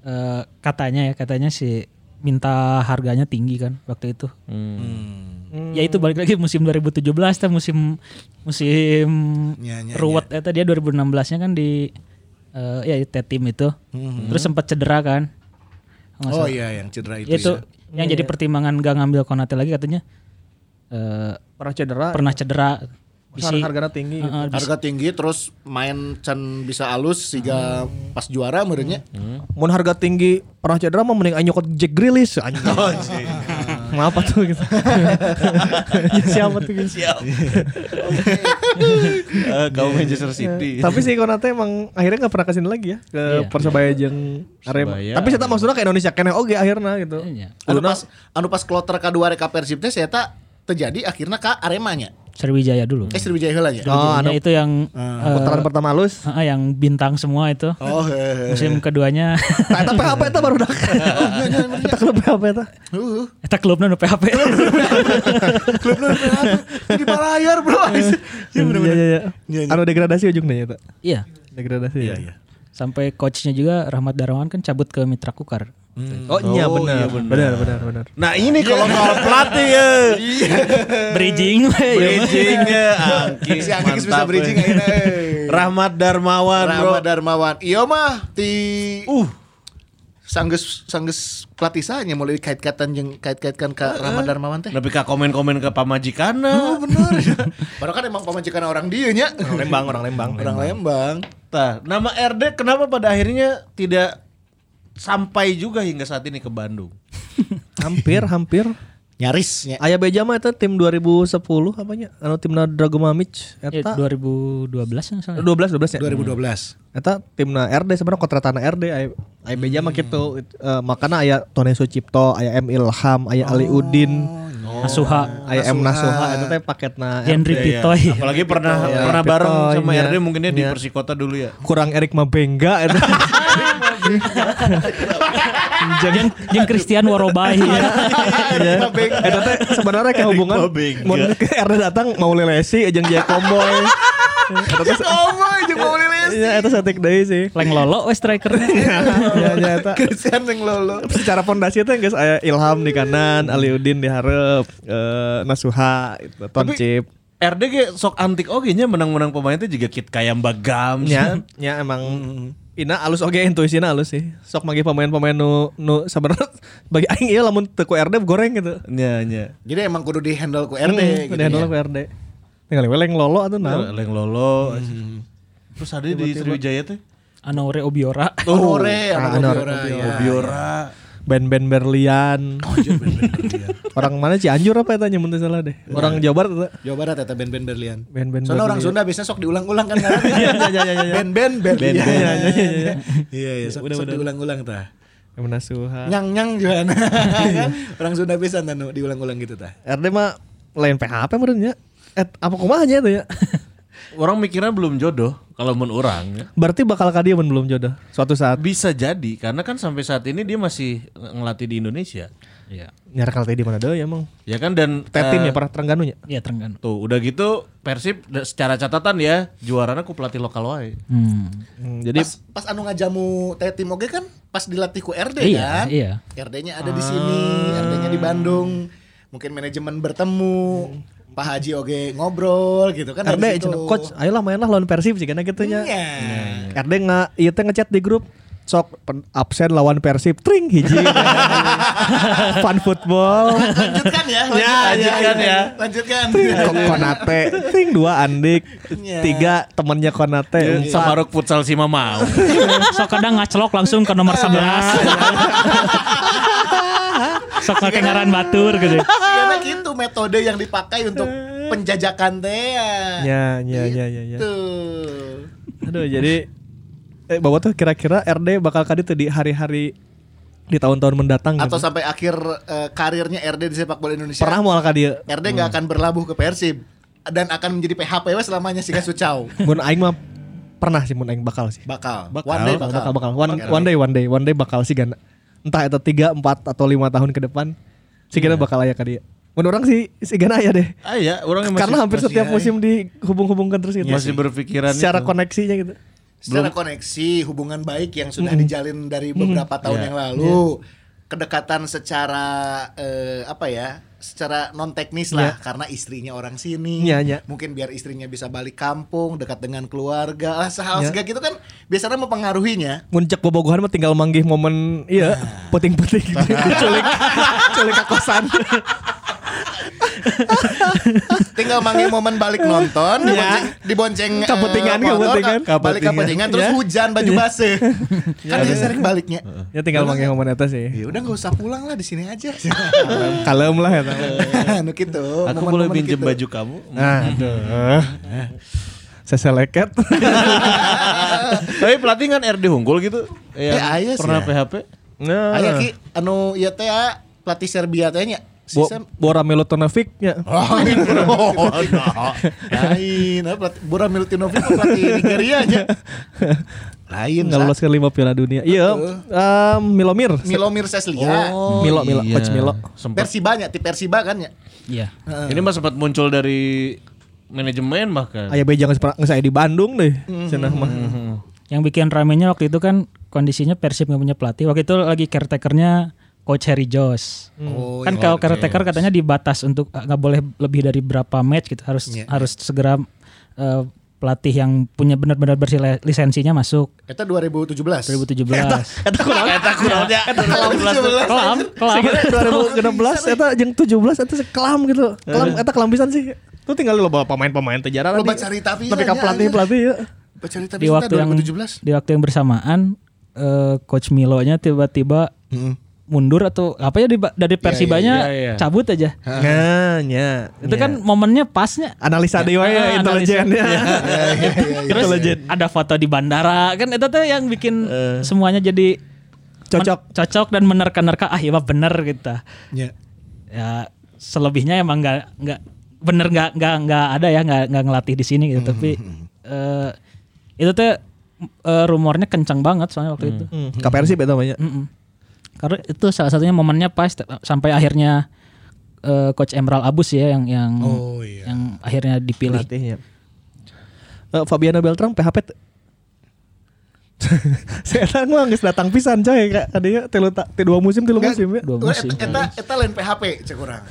S5: eh, katanya ya katanya si minta harganya tinggi kan waktu itu.
S2: Hmm.
S5: Ya itu balik lagi musim 2017 teh musim musim
S2: Ya, ya,
S5: ruwet eta dia 2016-nya kan di eh, ya tetim itu. Terus sempat cedera kan. Nggak
S2: Hmm. oh iya yang cedera itu,
S5: Ya, itu
S2: ya.
S5: yang jadi pertimbangan gak ngambil Konate lagi katanya eh,
S4: Pernah cedera.
S5: pernah cedera
S4: Har- harganya
S3: Ah.
S4: tinggi.
S5: Heeh, bisi-
S2: harga tinggi terus main can bisa alus sehingga pas juara merenya
S4: Mun harga tinggi pernah cedera mah mending ayo ke Jack Grealish Oh, anjing. Maaf apa tuh (laughs) gitu. Ya, siapa tuh gitu.
S3: Eh, Kau Manchester City.
S4: Tapi si Konate emang akhirnya gak pernah kesini lagi ya ke Persebaya jeung Arema.
S3: Persebaya.
S4: Tapi saya tak maksudnya ke Indonesia kene oge akhirnya gitu.
S5: Iya.
S2: anu pas anu pas kloter kedua reka persibnya saya tak terjadi akhirnya ke aremanya
S5: Sriwijaya dulu.
S2: eh Ah. Sriwijaya heula nya
S4: Oh,
S5: Sriwijaya
S4: anu
S5: itu yang eh,
S4: putaran pertama halus.
S5: heeh, yang bintang semua itu.
S2: (laughs) oh hehehe.
S5: Musim keduanya (laughs)
S4: Nah, eta PHP eta baru (laughs) dak. Eta klub PHP eta.
S2: Uh,
S5: eta klubnya nu PHP.
S2: klubnya apa? jadi balayar (laughs) bro ya
S4: Iya
S2: bener-bener
S4: iya
S2: Iya,
S4: iya.
S2: iya.
S4: Anu degradasi ujungnya eta.
S5: (laughs) Iya.
S4: Degradasi. Iya iya.
S5: Sampai coachnya juga Rahmat Darmawan kan cabut ke Mitra Kukar.
S4: Oh iya benar. Benar benar benar.
S3: Hmm. Nah ini kalau soal pelatih ya.
S5: Bridging (laughs) we, ya mah.
S3: Iya, Bridgingnya Angki.
S2: si Angkis bisa
S3: mantap,
S2: bridging
S3: eh.
S2: akhirnya eh.
S3: Rahmat Darmawan bro.
S2: Rama Darmawan. Iya mah ti uh sanggeus sanggeus pelatihnya mulai dikait-kaitan jeung kait-kaitkan ka Rama Darmawan teh.
S3: Tapi kak komen-komen ke
S4: Oh,
S3: pamajikana.
S2: bener. Padahal kan emang pamajikan orang dia nya. Orang Lembang, orang Lembang. Orang Lembang.
S3: Tah, nama RD kenapa pada akhirnya tidak sampai juga hingga saat ini ke Bandung?
S4: Hampir hampir.
S2: Nyaris nya.
S4: Aya beja mah eta tim 2010 apanya? Anu timna Dragomamic
S5: Ya,
S4: eta
S5: 2012 yang salah.
S4: 12 12 ya.
S2: 2012.
S4: Eta timna RD sebenarnya kontratana RD aya aya beja mah kitu. Eh, makana aya Tony Sucipto, aya M Ilham, aya Ali Udin,
S5: Asuha,
S4: aya M Nasuha eta teh paketna
S5: Henry Pitoy. (laughs)
S3: Apalagi pernah
S4: Oh, Iya,
S3: pernah
S4: Pitoy,
S3: bareng sama
S4: iya.
S3: RD mungkinnya di
S4: Iya.
S3: Persikota dulu ya.
S4: kurang Erik Mabenga eta.
S5: Jeung jeung Christian Iya. Warobay.
S4: Ya. Eta teh sebenarnya kayak hubungan mun (laughs) ke Erna datang mau lelesi jeung dia komboy. Eta teh
S2: Omong (laughs) jeung mau lilis.
S4: ya eta satik deui sih.
S5: Leng lolo we striker.
S4: (laughs) Ya ya eta
S2: Kesian yang lolo.
S4: secara fondasi teh geus aya eh, Ilham di kanan, Aliuddin di hareup, eh, Nasuha, itu, Toncip.
S3: RD kayak sok antik oke nya menang-menang pemain teh juga kit kayak bagam
S4: Ya, ya emang Ina alus oke intuisina alus sih. Sok magi pemain-pemain nu nu sebenarnya (laughs) bagi aing ieu lamun teu ku RD goreng gitu.
S3: nya nya
S2: Jadi emang kudu di handle ku RT
S4: RD,
S2: gitu.
S4: udah Hmm, handle ku RD. Tinggal weleng ya. lolo atuh nah. naon.
S3: Leng Lolo
S4: Hmm.
S3: terus ada di Sriwijaya teh
S5: Anaure Obiora.
S2: Honore,
S4: Ah,
S2: anak
S4: Honore,
S2: Obiora, ya.
S3: Biora
S4: band-band (laughs) Berlian.
S2: Oh,
S4: orang mana Cianjur apa ya tanya menteri salah deh. Orang Jawa Barat eta.
S2: Jawa Barat ya, eta band-band Berlian.
S4: Band-band
S2: Soalnya orang
S4: Berlian.
S2: Sunda biasanya sok diulang-ulang kan. Band-band Berlian. Iya, iya, iya. Iya, sok sok diulang-ulang tah.
S4: Yang Nasuha.
S2: Nyang-nyang juga nah. Kan? Orang Sunda pisan anu diulang-ulang gitu tah.
S4: RD mah lain PHP menurutnya. Eh apa kumaha nya itu ya? (laughs)
S3: orang mikirnya belum jodoh kalau mun orang ya.
S4: Berarti bakal ka dia mun belum jodoh suatu saat.
S3: bisa jadi karena kan sampai saat ini dia masih ngelatih di Indonesia
S5: Iya.
S4: Nyarakal tadi di mana deui emang.
S3: ya kan dan
S4: Tetim
S3: eh,
S4: ya pernah Terengganu nya.
S5: Iya Trengganu.
S3: tuh udah gitu Persib da- secara catatan ya juaranya ku pelatih lokal wae
S5: Hmm. (laughs)
S4: Hmm, jadi
S2: Pas, pas anu ngajamu teh tim oge kan pas dilatih ku RD kan.
S5: Iya, iya.
S2: RD-nya ada di sini,
S4: Ah.
S2: RD-nya di Bandung. Mungkin manajemen bertemu.
S4: Hmm.
S2: Pak Haji oge ngobrol gitu kan
S4: RD
S2: dari situ.
S4: cenah, coach ayolah mainlah lawan Persib sih karena gitu nya.
S2: Iya.
S4: RD nggak iya teh ngechat di grup sok pen- absen lawan Persib tring hiji (laughs) fun football
S2: Lanjutkan
S4: (laughs)
S2: ya,
S3: lanjutkan ya.
S2: Lanjutkan.
S4: Ting, Ko- Konate, ting dua Andik,
S2: Iya.
S4: tiga temennya Konate,
S3: sama
S4: empat
S3: rok futsal si mau
S5: Sok kadang ngaclok langsung ke nomor 11. (laughs) Sok ngake ngaran batur gitu.
S2: Karena gitu metode yang dipakai untuk penjajakan teh.
S4: Ya, ya, ya, ya, ya.
S2: Gitu.
S4: Aduh, jadi eh bawa tuh kira-kira RD bakal kadi tuh di hari-hari di tahun-tahun mendatang
S2: Atau
S4: gitu.
S2: sampai akhir eh, karirnya RD di sepak bola Indonesia.
S4: Pernah mau kadi
S2: RD nggak akan berlabuh ke Persib dan akan menjadi PHP we selamanya sih Sucau.
S4: mun aing mah pernah sih mun aing bakal sih.
S2: Bakal.
S4: Bakal,
S2: One day bakal.
S4: bakal, bakal. One, one day, one day, one day bakal sih gana. Entah itu tiga, empat atau lima tahun ke depan, sih
S2: Iya.
S4: gana bakal aya kadi. Mun orang sih si gana aya deh.
S3: (laughs) ah ya orang yang masih-
S4: Karena hampir
S3: masih
S4: setiap
S3: aing.
S4: musim dihubung-hubungkan terus gitu.
S3: masih berpikiran
S4: secara
S3: itu.
S4: koneksinya gitu.
S2: Secara koneksi, hubungan baik yang sudah
S4: Hmm.
S2: dijalin dari beberapa tahun yang lalu, kedekatan secara eh, apa ya? secara non teknis lah karena istrinya orang sini.
S4: Iya, iya.
S2: Mungkin biar istrinya bisa balik kampung, dekat dengan keluarga. Lah hal gitu kan biasanya mempengaruhinya.
S4: Muncak bobogohan mah tinggal manggih momen iya
S3: (laughs)
S4: puting-puting gitu. culik culik ke kosan.
S2: Tinggal manggil momen balik nonton, dibonceng, dibonceng eh,
S4: Kapentingan,
S2: motor,
S4: kapentingan.
S2: ka- balik
S4: Kapentingan.
S2: kapentingan, terus
S4: Ya.
S2: hujan baju basah. kan dia sering baliknya.
S4: ya tinggal manggih momen eta sih.
S2: Ya
S3: Iya.
S2: udah nggak usah pulang lah di sini
S3: (laughs)
S2: aja.
S4: Kalem lah ya, eta.
S2: nu gitu.
S3: aku
S2: momen-momen
S3: boleh pinjam
S2: gitu.
S3: baju
S4: (laughs)
S3: kamu
S4: Nah, aduh. Saya seleket.
S3: tapi pelatih kan RD Hunggul gitu
S2: Eh,
S4: ah,
S2: ayah
S4: iya
S2: sih
S3: pernah
S2: ya.
S3: PHP
S2: Aya
S4: Nah.
S2: ki anu ieu teh ah, pelatih Serbia teh nya. Si
S4: Bo
S2: Sam-
S4: Bora Milutonovic nya.
S2: Oh,
S3: (laughs)
S2: Lain, lain, apa pelatih- Bora Milutinovic mah pelatih Nigeria nya. Lain,
S4: Enggak lolos
S2: Sa.
S4: ke lima Piala Dunia. Iya, em, Milomir.
S2: Milomir Seslia.
S4: Iya.
S3: Oh,
S4: Milo, Milo,
S3: iya.
S4: Coach Milo. Eh.
S3: Sempat
S2: Persiba nya, ti Persiba kan ya.
S5: Iya.
S3: Ini mah sempat muncul dari manajemen bahkan.
S4: Aya beja geus pernah- geus aya di Bandung deh.
S2: Mm-hmm.
S4: Cenah mah.
S5: Yang bikin ramenya waktu itu kan kondisinya Persib nggak punya pelatih. Waktu itu lagi caretakernya Coach Harry Joss.
S2: Oh,
S5: kan kalau caretaker katanya dibatas untuk eh, nggak boleh lebih dari berapa match gitu. Harus harus segera eh, pelatih yang punya benar-benar bersih lisensinya masuk
S2: Eta 2017.
S5: 2017.
S4: Eta kurang.
S3: Eta
S2: Iya.
S3: kurangnya
S4: (laughs)
S3: eta kurang belas tuh.
S5: Kelam, kelam.
S4: Segera 2016 eta jeung 17 eta sekelam gitu. Kelam eta kelam pisan sih. Tuh tinggal lo bawa pemain-pemain tejara
S2: Loba carita pisan
S4: Tapi ka
S2: ya,
S4: pelatih-pelatih ya.
S2: Bercerita
S5: di waktu yang di waktu yang bersamaan eh, coach Milonya tiba-tiba mundur atau apa ya di, dari Persibanya cabut aja.
S4: Nah, nya.
S5: Itu kan momennya pasnya.
S4: analisa dewa
S5: Ah,
S4: ya intelijen (laughs) ya.
S2: Iya,
S4: iya.
S5: Terus ada foto di bandara kan itu tuh yang bikin semuanya jadi
S4: Cocok.
S5: men- cocok dan menerka-nerka ah iya mah bener gitu.
S2: Ya.
S5: Ya selebihnya emang nggak nggak bener nggak nggak nggak ada ya nggak nggak ngelatih di sini gitu tapi eh, itu tuh eh, rumornya kencang banget soalnya waktu itu.
S4: Hmm, KPR sih beda banyak.
S5: Mm-mm. Karena itu salah satunya momennya pas t- sampai akhirnya eh, coach Emerald Abus ya yang yang
S2: Oh, iya.
S5: yang akhirnya dipilih.
S4: Pelatihnya. Eh, Fabiano Beltrang PHP t- (laughs) saya mah geus datang pisan coy kak tadinya tilu ta- ti dua musim
S2: Kan
S4: tilu musim ya.
S5: Dua
S2: Lu
S5: musim.
S2: eta- Eta eta lain PHP cek urang.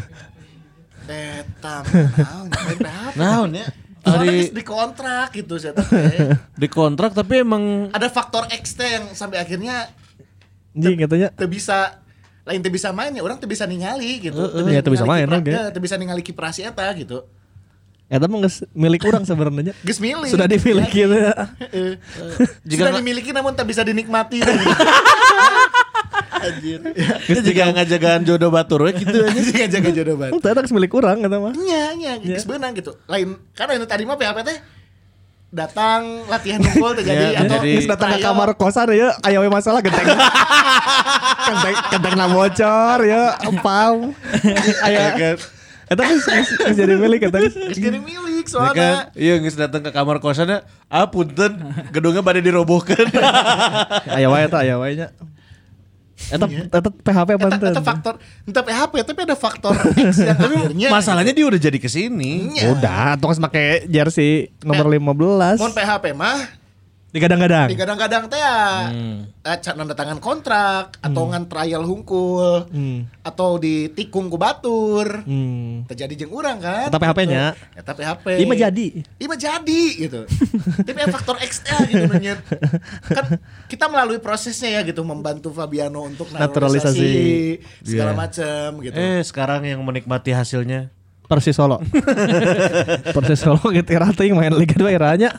S2: (laughs) Eta naon lain PHP.
S3: Naon ya?
S2: Soalnya
S3: Di-
S2: geus dikontrak gitu sih eta teh.
S3: Dikontrak tapi emang
S2: Ada faktor X teh yang sampai akhirnya
S4: Anjing katanya
S2: teu bisa lain teu bisa main ya orang teu bisa ningali gitu.
S4: Heeh. Ya, teu bisa
S2: ningali
S4: main,
S2: kipra-
S4: oke.
S2: ya, teu bisa ningali kiprasi eta gitu.
S4: eta mah geus milik orang sebenarnya.
S2: Geus milih.
S4: Sudah dimiliki gitu ya.
S2: Heeh.
S3: Eh. Jika
S2: Sudah
S3: nggak-
S2: dimiliki namun tak bisa dinikmati.
S3: (laughs)
S2: Anjir.
S3: Dia juga ngajagaan jodoh batur we
S4: (laughs)
S3: gitu aja.
S2: Jadi jaga jodoh banget.
S4: Entah eta geus milik orang kata mah.
S2: Nya, nya,
S3: Iya.
S2: geus beunang gitu. Lain karena itu tadi mah PHP teh datang latihan unggul teh jadi
S3: Ya,
S2: atau
S3: jadi-
S4: Geus datang ke
S2: trial.
S4: kamar kosan ya, ayo we masalah genteng. genteng genteng na bocor ya, Eh, pam. Aya. Eta geus geus- geus jadi milik eta
S3: Iya.
S4: geus.
S2: Geus jadi milik
S3: Ya kan?
S2: soalnya.
S3: Iya nggak datang ke kamar kosannya, ah punten, gedungnya pada
S4: (laughs)
S3: dirobohkan.
S4: Aya wae eta, aya wae nya. Eta
S3: Iya.
S4: eta PHP apa
S2: Eta, eta faktor entah PHP ya, tapi ada faktor X
S3: (laughs)
S2: yang akhirnya Hmm,
S3: Masalahnya dia udah jadi kesini.
S2: Nya.
S4: Udah, tong geus make jersey nomor 15.
S2: Mun PHP mah
S3: Kan.
S4: Digadang-gadang.
S2: di kadang-kadang teh ya,
S3: Hmm.
S2: eh, can nanda tangan kontrak atau ngan trial hungkul
S4: Hmm.
S2: atau ditikung ku batur.
S4: Hmm.
S2: Terjadi jeung urang kan.
S4: Eta PHP-nya.
S2: Eta PHP.
S4: Ieu mah jadi.
S2: Iya mah jadi
S4: (laughs)
S2: gitu. Tapi yang faktor X nya gitu nanya. Kan kita melalui prosesnya ya gitu membantu Fabiano untuk naturalisasi,
S4: Iya.
S2: segala macam gitu.
S3: Eh sekarang yang menikmati hasilnya.
S4: Persis Solo. (laughs) Persis Solo gitu rating main Liga 2 iranya.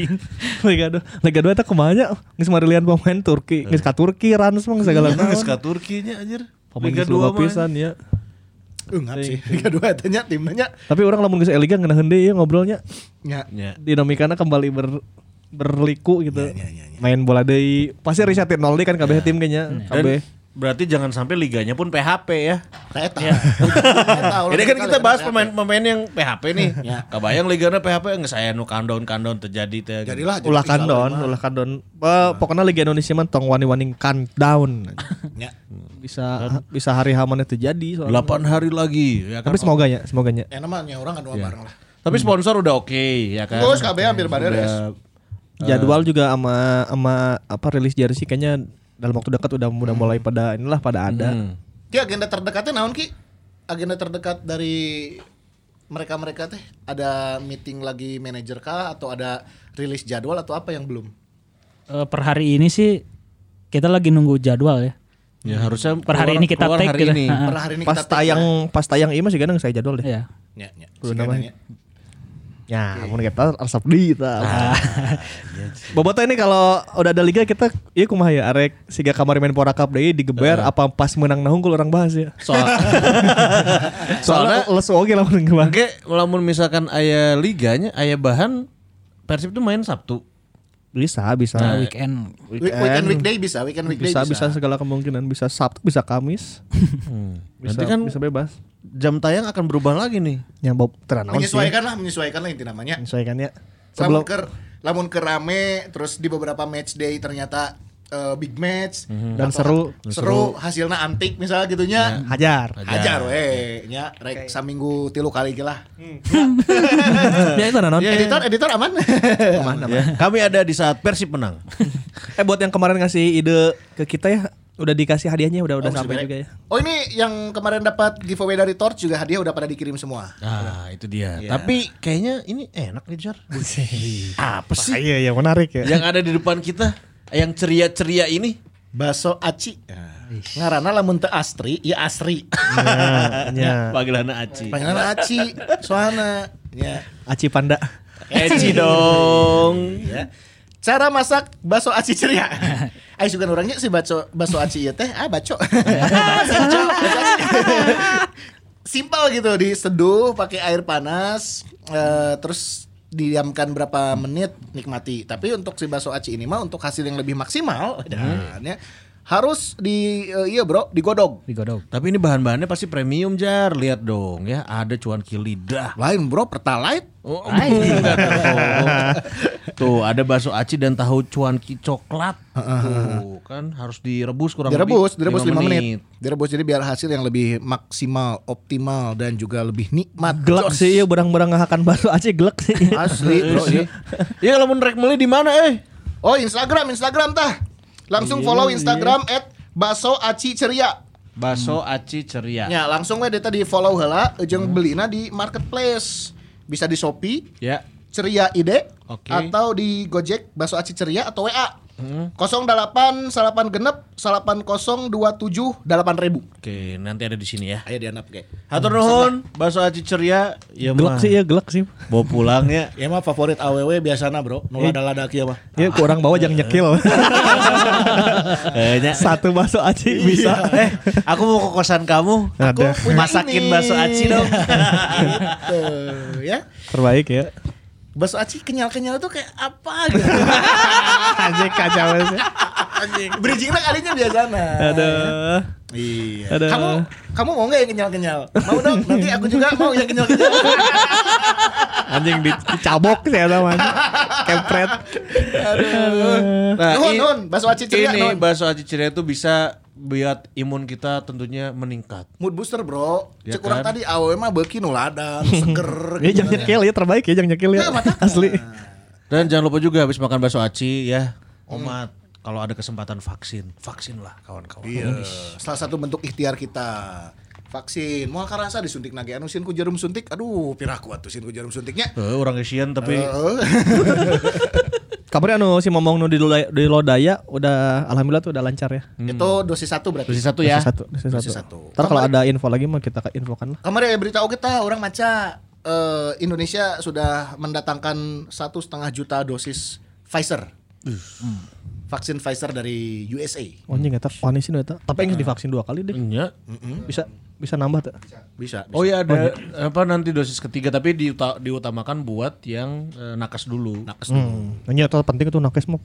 S4: (laughs) Liga 2. Liga 2 eta kumaha nya? Geus marilian pemain Turki, geus ka Turki Rans mah segala
S3: Iya, Nggak
S4: naon.
S3: suka Turkinya anjir.
S4: Pemain
S3: Liga
S4: geus loba
S3: 2
S4: pisan
S3: mah.
S4: ya.
S2: Enggak (laughs) sih. Liga dua tanya timnya
S4: Tapi orang lamun geus Liga ngeunaheun deui ya ngobrolnya.
S2: nya.
S3: Ya.
S4: Dinamikana kembali ber berliku gitu. Main bola deui. Pasti risetin nol deui kan kabeh tim
S3: Dan
S4: kayaknya. Kabeh.
S3: berarti jangan sampai liganya pun PHP ya.
S2: Nah, eta. Eta, ulah
S3: Ini kan
S2: sekali ya.
S3: kita bahas
S2: PHP.
S3: pemain-pemain yang PHP nih.
S2: (laughs) Ya.
S3: Kabayang liganya PHP nggak saya nu kandon-kandon terjadi teh.
S2: Jadilah jadi
S4: ulah
S2: tiga
S4: kandon,
S2: lima.
S4: ulah kandon. Eh, pokoknya Liga Indonesia mah tong wani-wani countdown.
S2: Nya.
S4: bisa bisa hari hamannya terjadi soalnya.
S3: Delapan hari lagi. Ya kan?
S4: Tapi semoga ya, semoga ya.
S2: Enak mah nya orang kan dua bareng lah.
S3: Tapi sponsor udah oke ya kan.
S2: Terus KB hampir beres.
S3: Udah-
S4: Jadwal juga sama sama apa rilis jersey kayaknya dalam waktu dekat udah udah mulai pada inilah pada ada.
S2: Ki agenda terdekatnya naon Ki? Agenda terdekat dari mereka-mereka teh ada meeting lagi manajer kah atau ada rilis jadwal atau apa yang belum?
S5: Eh, per hari ini sih kita lagi nunggu jadwal ya.
S3: Ya harusnya
S5: Per hari ini kita
S3: keluar
S5: take
S3: hari
S5: gitu. (laughs)
S3: ini.
S5: Heeh.
S2: Per hari ini
S4: Pas
S2: kita take,
S4: tayang pas tayang ieu masih kadang saya jadwal deh.
S5: Iya.
S2: Ya, ya.
S4: Kudu
S2: Sekian
S4: namanya.
S2: ya.
S4: Ya, mun kita asap di (laughs) kita. Ah, iya. Bobotoh ini kalau udah ada liga kita ieu kumaha ya arek siga kamari main Pora Cup deui digeber apa pas menang nahung orang bahas (laughs) ya.
S3: Soal
S4: Soalnya lesu oge lamun geus
S3: Oke, melamun misalkan ayah liganya, ayah bahan Persib itu main Sabtu.
S4: bisa bisa
S5: Weekend.
S2: Week- Weekend weekday bisa, weekend weekday
S4: Nah, bisa,
S2: bisa.
S4: bisa segala kemungkinan bisa Sabtu bisa (laughs) Kamis Hmm, bisa
S3: Nanti kan
S4: bisa bebas
S3: jam tayang akan berubah lagi nih.
S4: yang Bob
S2: Nah,
S4: teranaun sih
S2: Menyesuaikan lah, menyesuaikan lah inti namanya.
S4: menyesuaikannya
S2: Sebelum
S4: sebelum
S2: ke lamun ke rame terus di beberapa match day ternyata eh, big match
S4: Mhm. Dan
S2: atau
S4: seru. Ya.
S2: seru, hasilnya antik misalnya gitunya.
S4: hajar Hmm.
S2: Hajar we nya rek saminggu tilu kali ge lah.
S4: ya itu nanaun
S2: Editor editor aman.
S4: (laughs) Aman, aman.
S3: Ya. Kami ada di saat Persib menang.
S4: eh buat yang kemarin ngasih ide ke kita ya udah dikasih hadiahnya udah udah
S2: Oh,
S4: sampai
S2: sebenarnya.
S4: juga ya
S2: Oh ini yang kemarin dapat giveaway dari Torch juga hadiah udah pada dikirim semua.
S3: Nah, itu dia. Tapi kayaknya ini enak nih, (laughs) Jar. Apa sih?
S4: iya iya menarik ya
S3: Yang ada di depan kita, yang ceria-ceria ini. Eh,
S2: Baso aci. Ngarana lamun teu astri, ya asri.
S4: ya
S3: Panggilannya Aci.
S2: Pengenana aci, soana. Ya.
S4: Aci Panda (laughs)
S3: Aci dong.
S2: ya. Cara masak baso aci ceria. Ayo sugan orangnya si baso baso aci ya teh, ah baco. Baco. (laughs) Simpel gitu diseduh pakai air panas eh, terus didiamkan berapa menit nikmati. Tapi untuk si baso aci ini mah untuk hasil yang lebih maksimal dan ya, harus di eh, iya bro digodog
S5: digodok.
S3: Tapi ini bahan-bahannya pasti premium jar. Lihat dong ya, ada cuanki lidah.
S2: lain bro pertalite
S3: Oh, (laughs) enggak tahu. Tuh, ada bakso aci dan tahu cuanki coklat. Tuh, kan harus direbus kurang
S2: direbus
S3: lebih
S2: direbus
S3: lima
S2: 5 menit. direbus jadi biar hasil yang lebih maksimal optimal dan juga lebih nikmat
S4: Gelak
S2: Jos.
S4: sih, ya berang-berang ngahakan baru aja gelak sih.
S2: (laughs) asli bro iya.
S3: Ya, lamun rek meli di mana, eh?
S2: oh Instagram Instagram tah langsung
S3: Iya,
S2: follow Instagram at baso aci ceria
S3: Bakso aci ceria.
S2: ya langsung we deta di follow heula jeung
S3: Hmm.
S2: belina di marketplace bisa di Shopee
S3: Ya.
S2: ceria ide
S3: Oke.
S2: atau di Gojek Baso Aci Ceria atau WA
S3: Hmm.
S2: 08 salapan genep salapan 027 8000
S3: Oke, nanti ada di sini ya.
S2: ayo dianap kayak
S3: (laughs) Hatur nuhun, bakso aci ceria. Ya mah.
S4: gelak sih, ya gelak sih.
S3: Bawa pulang ya.
S2: ya mah favorit AWW biasana nah, bro nu lada-lada kieu mah
S4: Ya kurang bawa jangan nyekil.
S3: Eh, Nya.
S4: Satu bakso aja bisa.
S3: Eh, aku mau ke kosan kamu.
S4: Ada.
S2: punya
S3: Masakin
S2: ini.
S3: bakso aci
S2: (laughs)
S3: dong.
S2: Gitu, ya
S4: Terbaik ya.
S2: bakso aci kenyal-kenyal tuh kayak apa gitu
S4: Anjing kacau sih.
S2: (laughs) anjing bridgingnya kalinya biasana
S4: Aduh.
S2: iya
S4: Aduh.
S2: kamu kamu mau nggak yang kenyal-kenyal mau dong nanti aku juga mau yang kenyal-kenyal
S4: Anjing di- dicabok sih ada mah. Kepret.
S3: Nah,
S2: nuhun
S3: i-
S2: nuhun bakso aci ceria
S3: ini
S2: nuhun
S3: bakso aci ceria itu bisa buat imun kita tentunya meningkat.
S2: mood booster bro
S3: Ya
S2: cek urang
S3: kan?
S2: tadi awe mah beuki nu lada nu seger gitu kan.
S4: Ya jangan nyekil ya terbaik ya jangan nyekil ya. Asli.
S3: Dan jangan lupa juga habis makan bakso aci ya, omat. Kalau ada kesempatan vaksin, vaksin lah kawan-kawan.
S2: Iya. Salah satu bentuk ikhtiar kita. Vaksin, mau karasa disuntik nage anu sin ku jarum suntik. Aduh, pirah kuat tuh sin ku jarum suntiknya. Eh,
S3: Eh, orang Asian tapi
S2: Heeh.
S4: Kabarnya anu si momong nu di Lodaya- di Lodaya udah alhamdulillah tuh udah lancar ya.
S2: Itu dosis satu berarti.
S3: dosis satu ya.
S4: Dosis Satu, dosis
S2: Dosis satu.
S4: satu. Ntar kalau ada info lagi mah kita infokan lah.
S2: Kemarin ya, berita oke tah orang maca eh, Indonesia sudah mendatangkan satu setengah juta dosis Pfizer. Hmm. Vaksin Pfizer dari USA.
S4: Oh anjing eta panis sih eta. Tapi yang divaksin dua kali deh.
S3: Iya.
S4: Bisa bisa nambah tuh.
S2: Bisa.
S3: Oh iya ada apa nanti dosis ketiga tapi diuta- diutamakan buat yang eh, nakas dulu.
S2: Nakes dulu.
S4: Nya eta penting tuh nakes mah.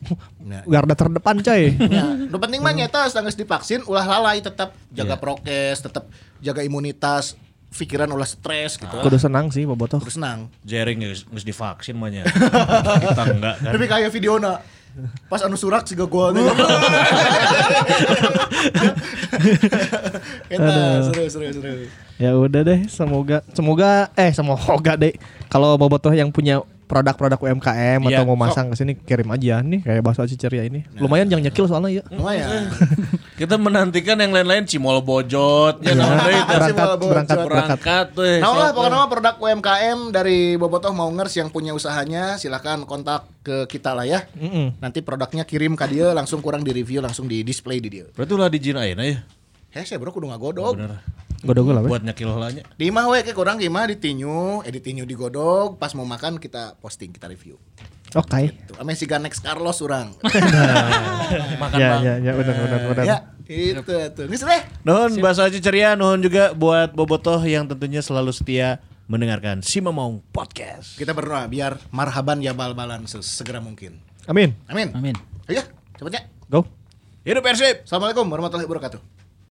S2: Nah.
S4: Garda terdepan coy.
S2: Ya, nu penting mah nyata setengah divaksin ulah lalai tetap jaga prokes, tetap jaga imunitas, pikiran ulah stres gitu. lah.
S4: Kudu senang sih bobotoh.
S2: Terus senang.
S3: Jering geus geus divaksin
S2: ya?
S3: (laughs) mahnya. Kita enggak kan.
S2: Tapi kayak videona pas anu surak siga gua nih. (laughs) Eta seru seru seru.
S4: Ya udah deh, semoga semoga eh semoga deh kalau bobotoh yang punya produk-produk UMKM
S3: Iya,
S4: atau mau masang ke sini kirim aja nih kayak bakso aci ceria ini. Lumayan jangan nyekil soalnya ya.
S2: Lumayan.
S3: Kita menantikan yang lain-lain cimol bojot ya naon deui
S2: (laughs)
S3: teh.
S2: Berangkat,
S4: berangkat berangkat berangkat.
S3: berangkat tuh.
S2: Nah lah pokoknya mah produk UMKM dari Bobotoh Maungers yang punya usahanya silahkan kontak ke kita lah ya.
S4: Mm-mm.
S2: Nanti produknya kirim ke dia langsung kurang di review langsung di display di dia.
S3: Berarti ulah dijin ayeuna ya.
S2: Hese bro kudu ngagodog.
S3: Bener.
S4: Godog lah.
S3: Buat nyekil heula nya.
S2: Di imah we ke kurang di imah ditinyu, eh ditinyu digodog, pas mau makan kita posting, kita review. Gitu.
S4: Oke.
S2: Tuh, ame siga next Carlos orang.
S3: Makan
S4: Ya
S3: Bang.
S4: ya ya benar benar benar.
S2: ya, itu tuh. Nges deh.
S3: Nuhun bahasa aci ceria, nuhun juga buat bobotoh yang tentunya selalu setia mendengarkan Si Mamaung Podcast.
S2: Kita berdoa biar marhaban ya bal-balan segera mungkin.
S4: Amin.
S2: Amin.
S5: Amin.
S2: Ayo, cepatnya.
S4: Go.
S3: Hidup Persib.
S2: Assalamualaikum warahmatullahi wabarakatuh.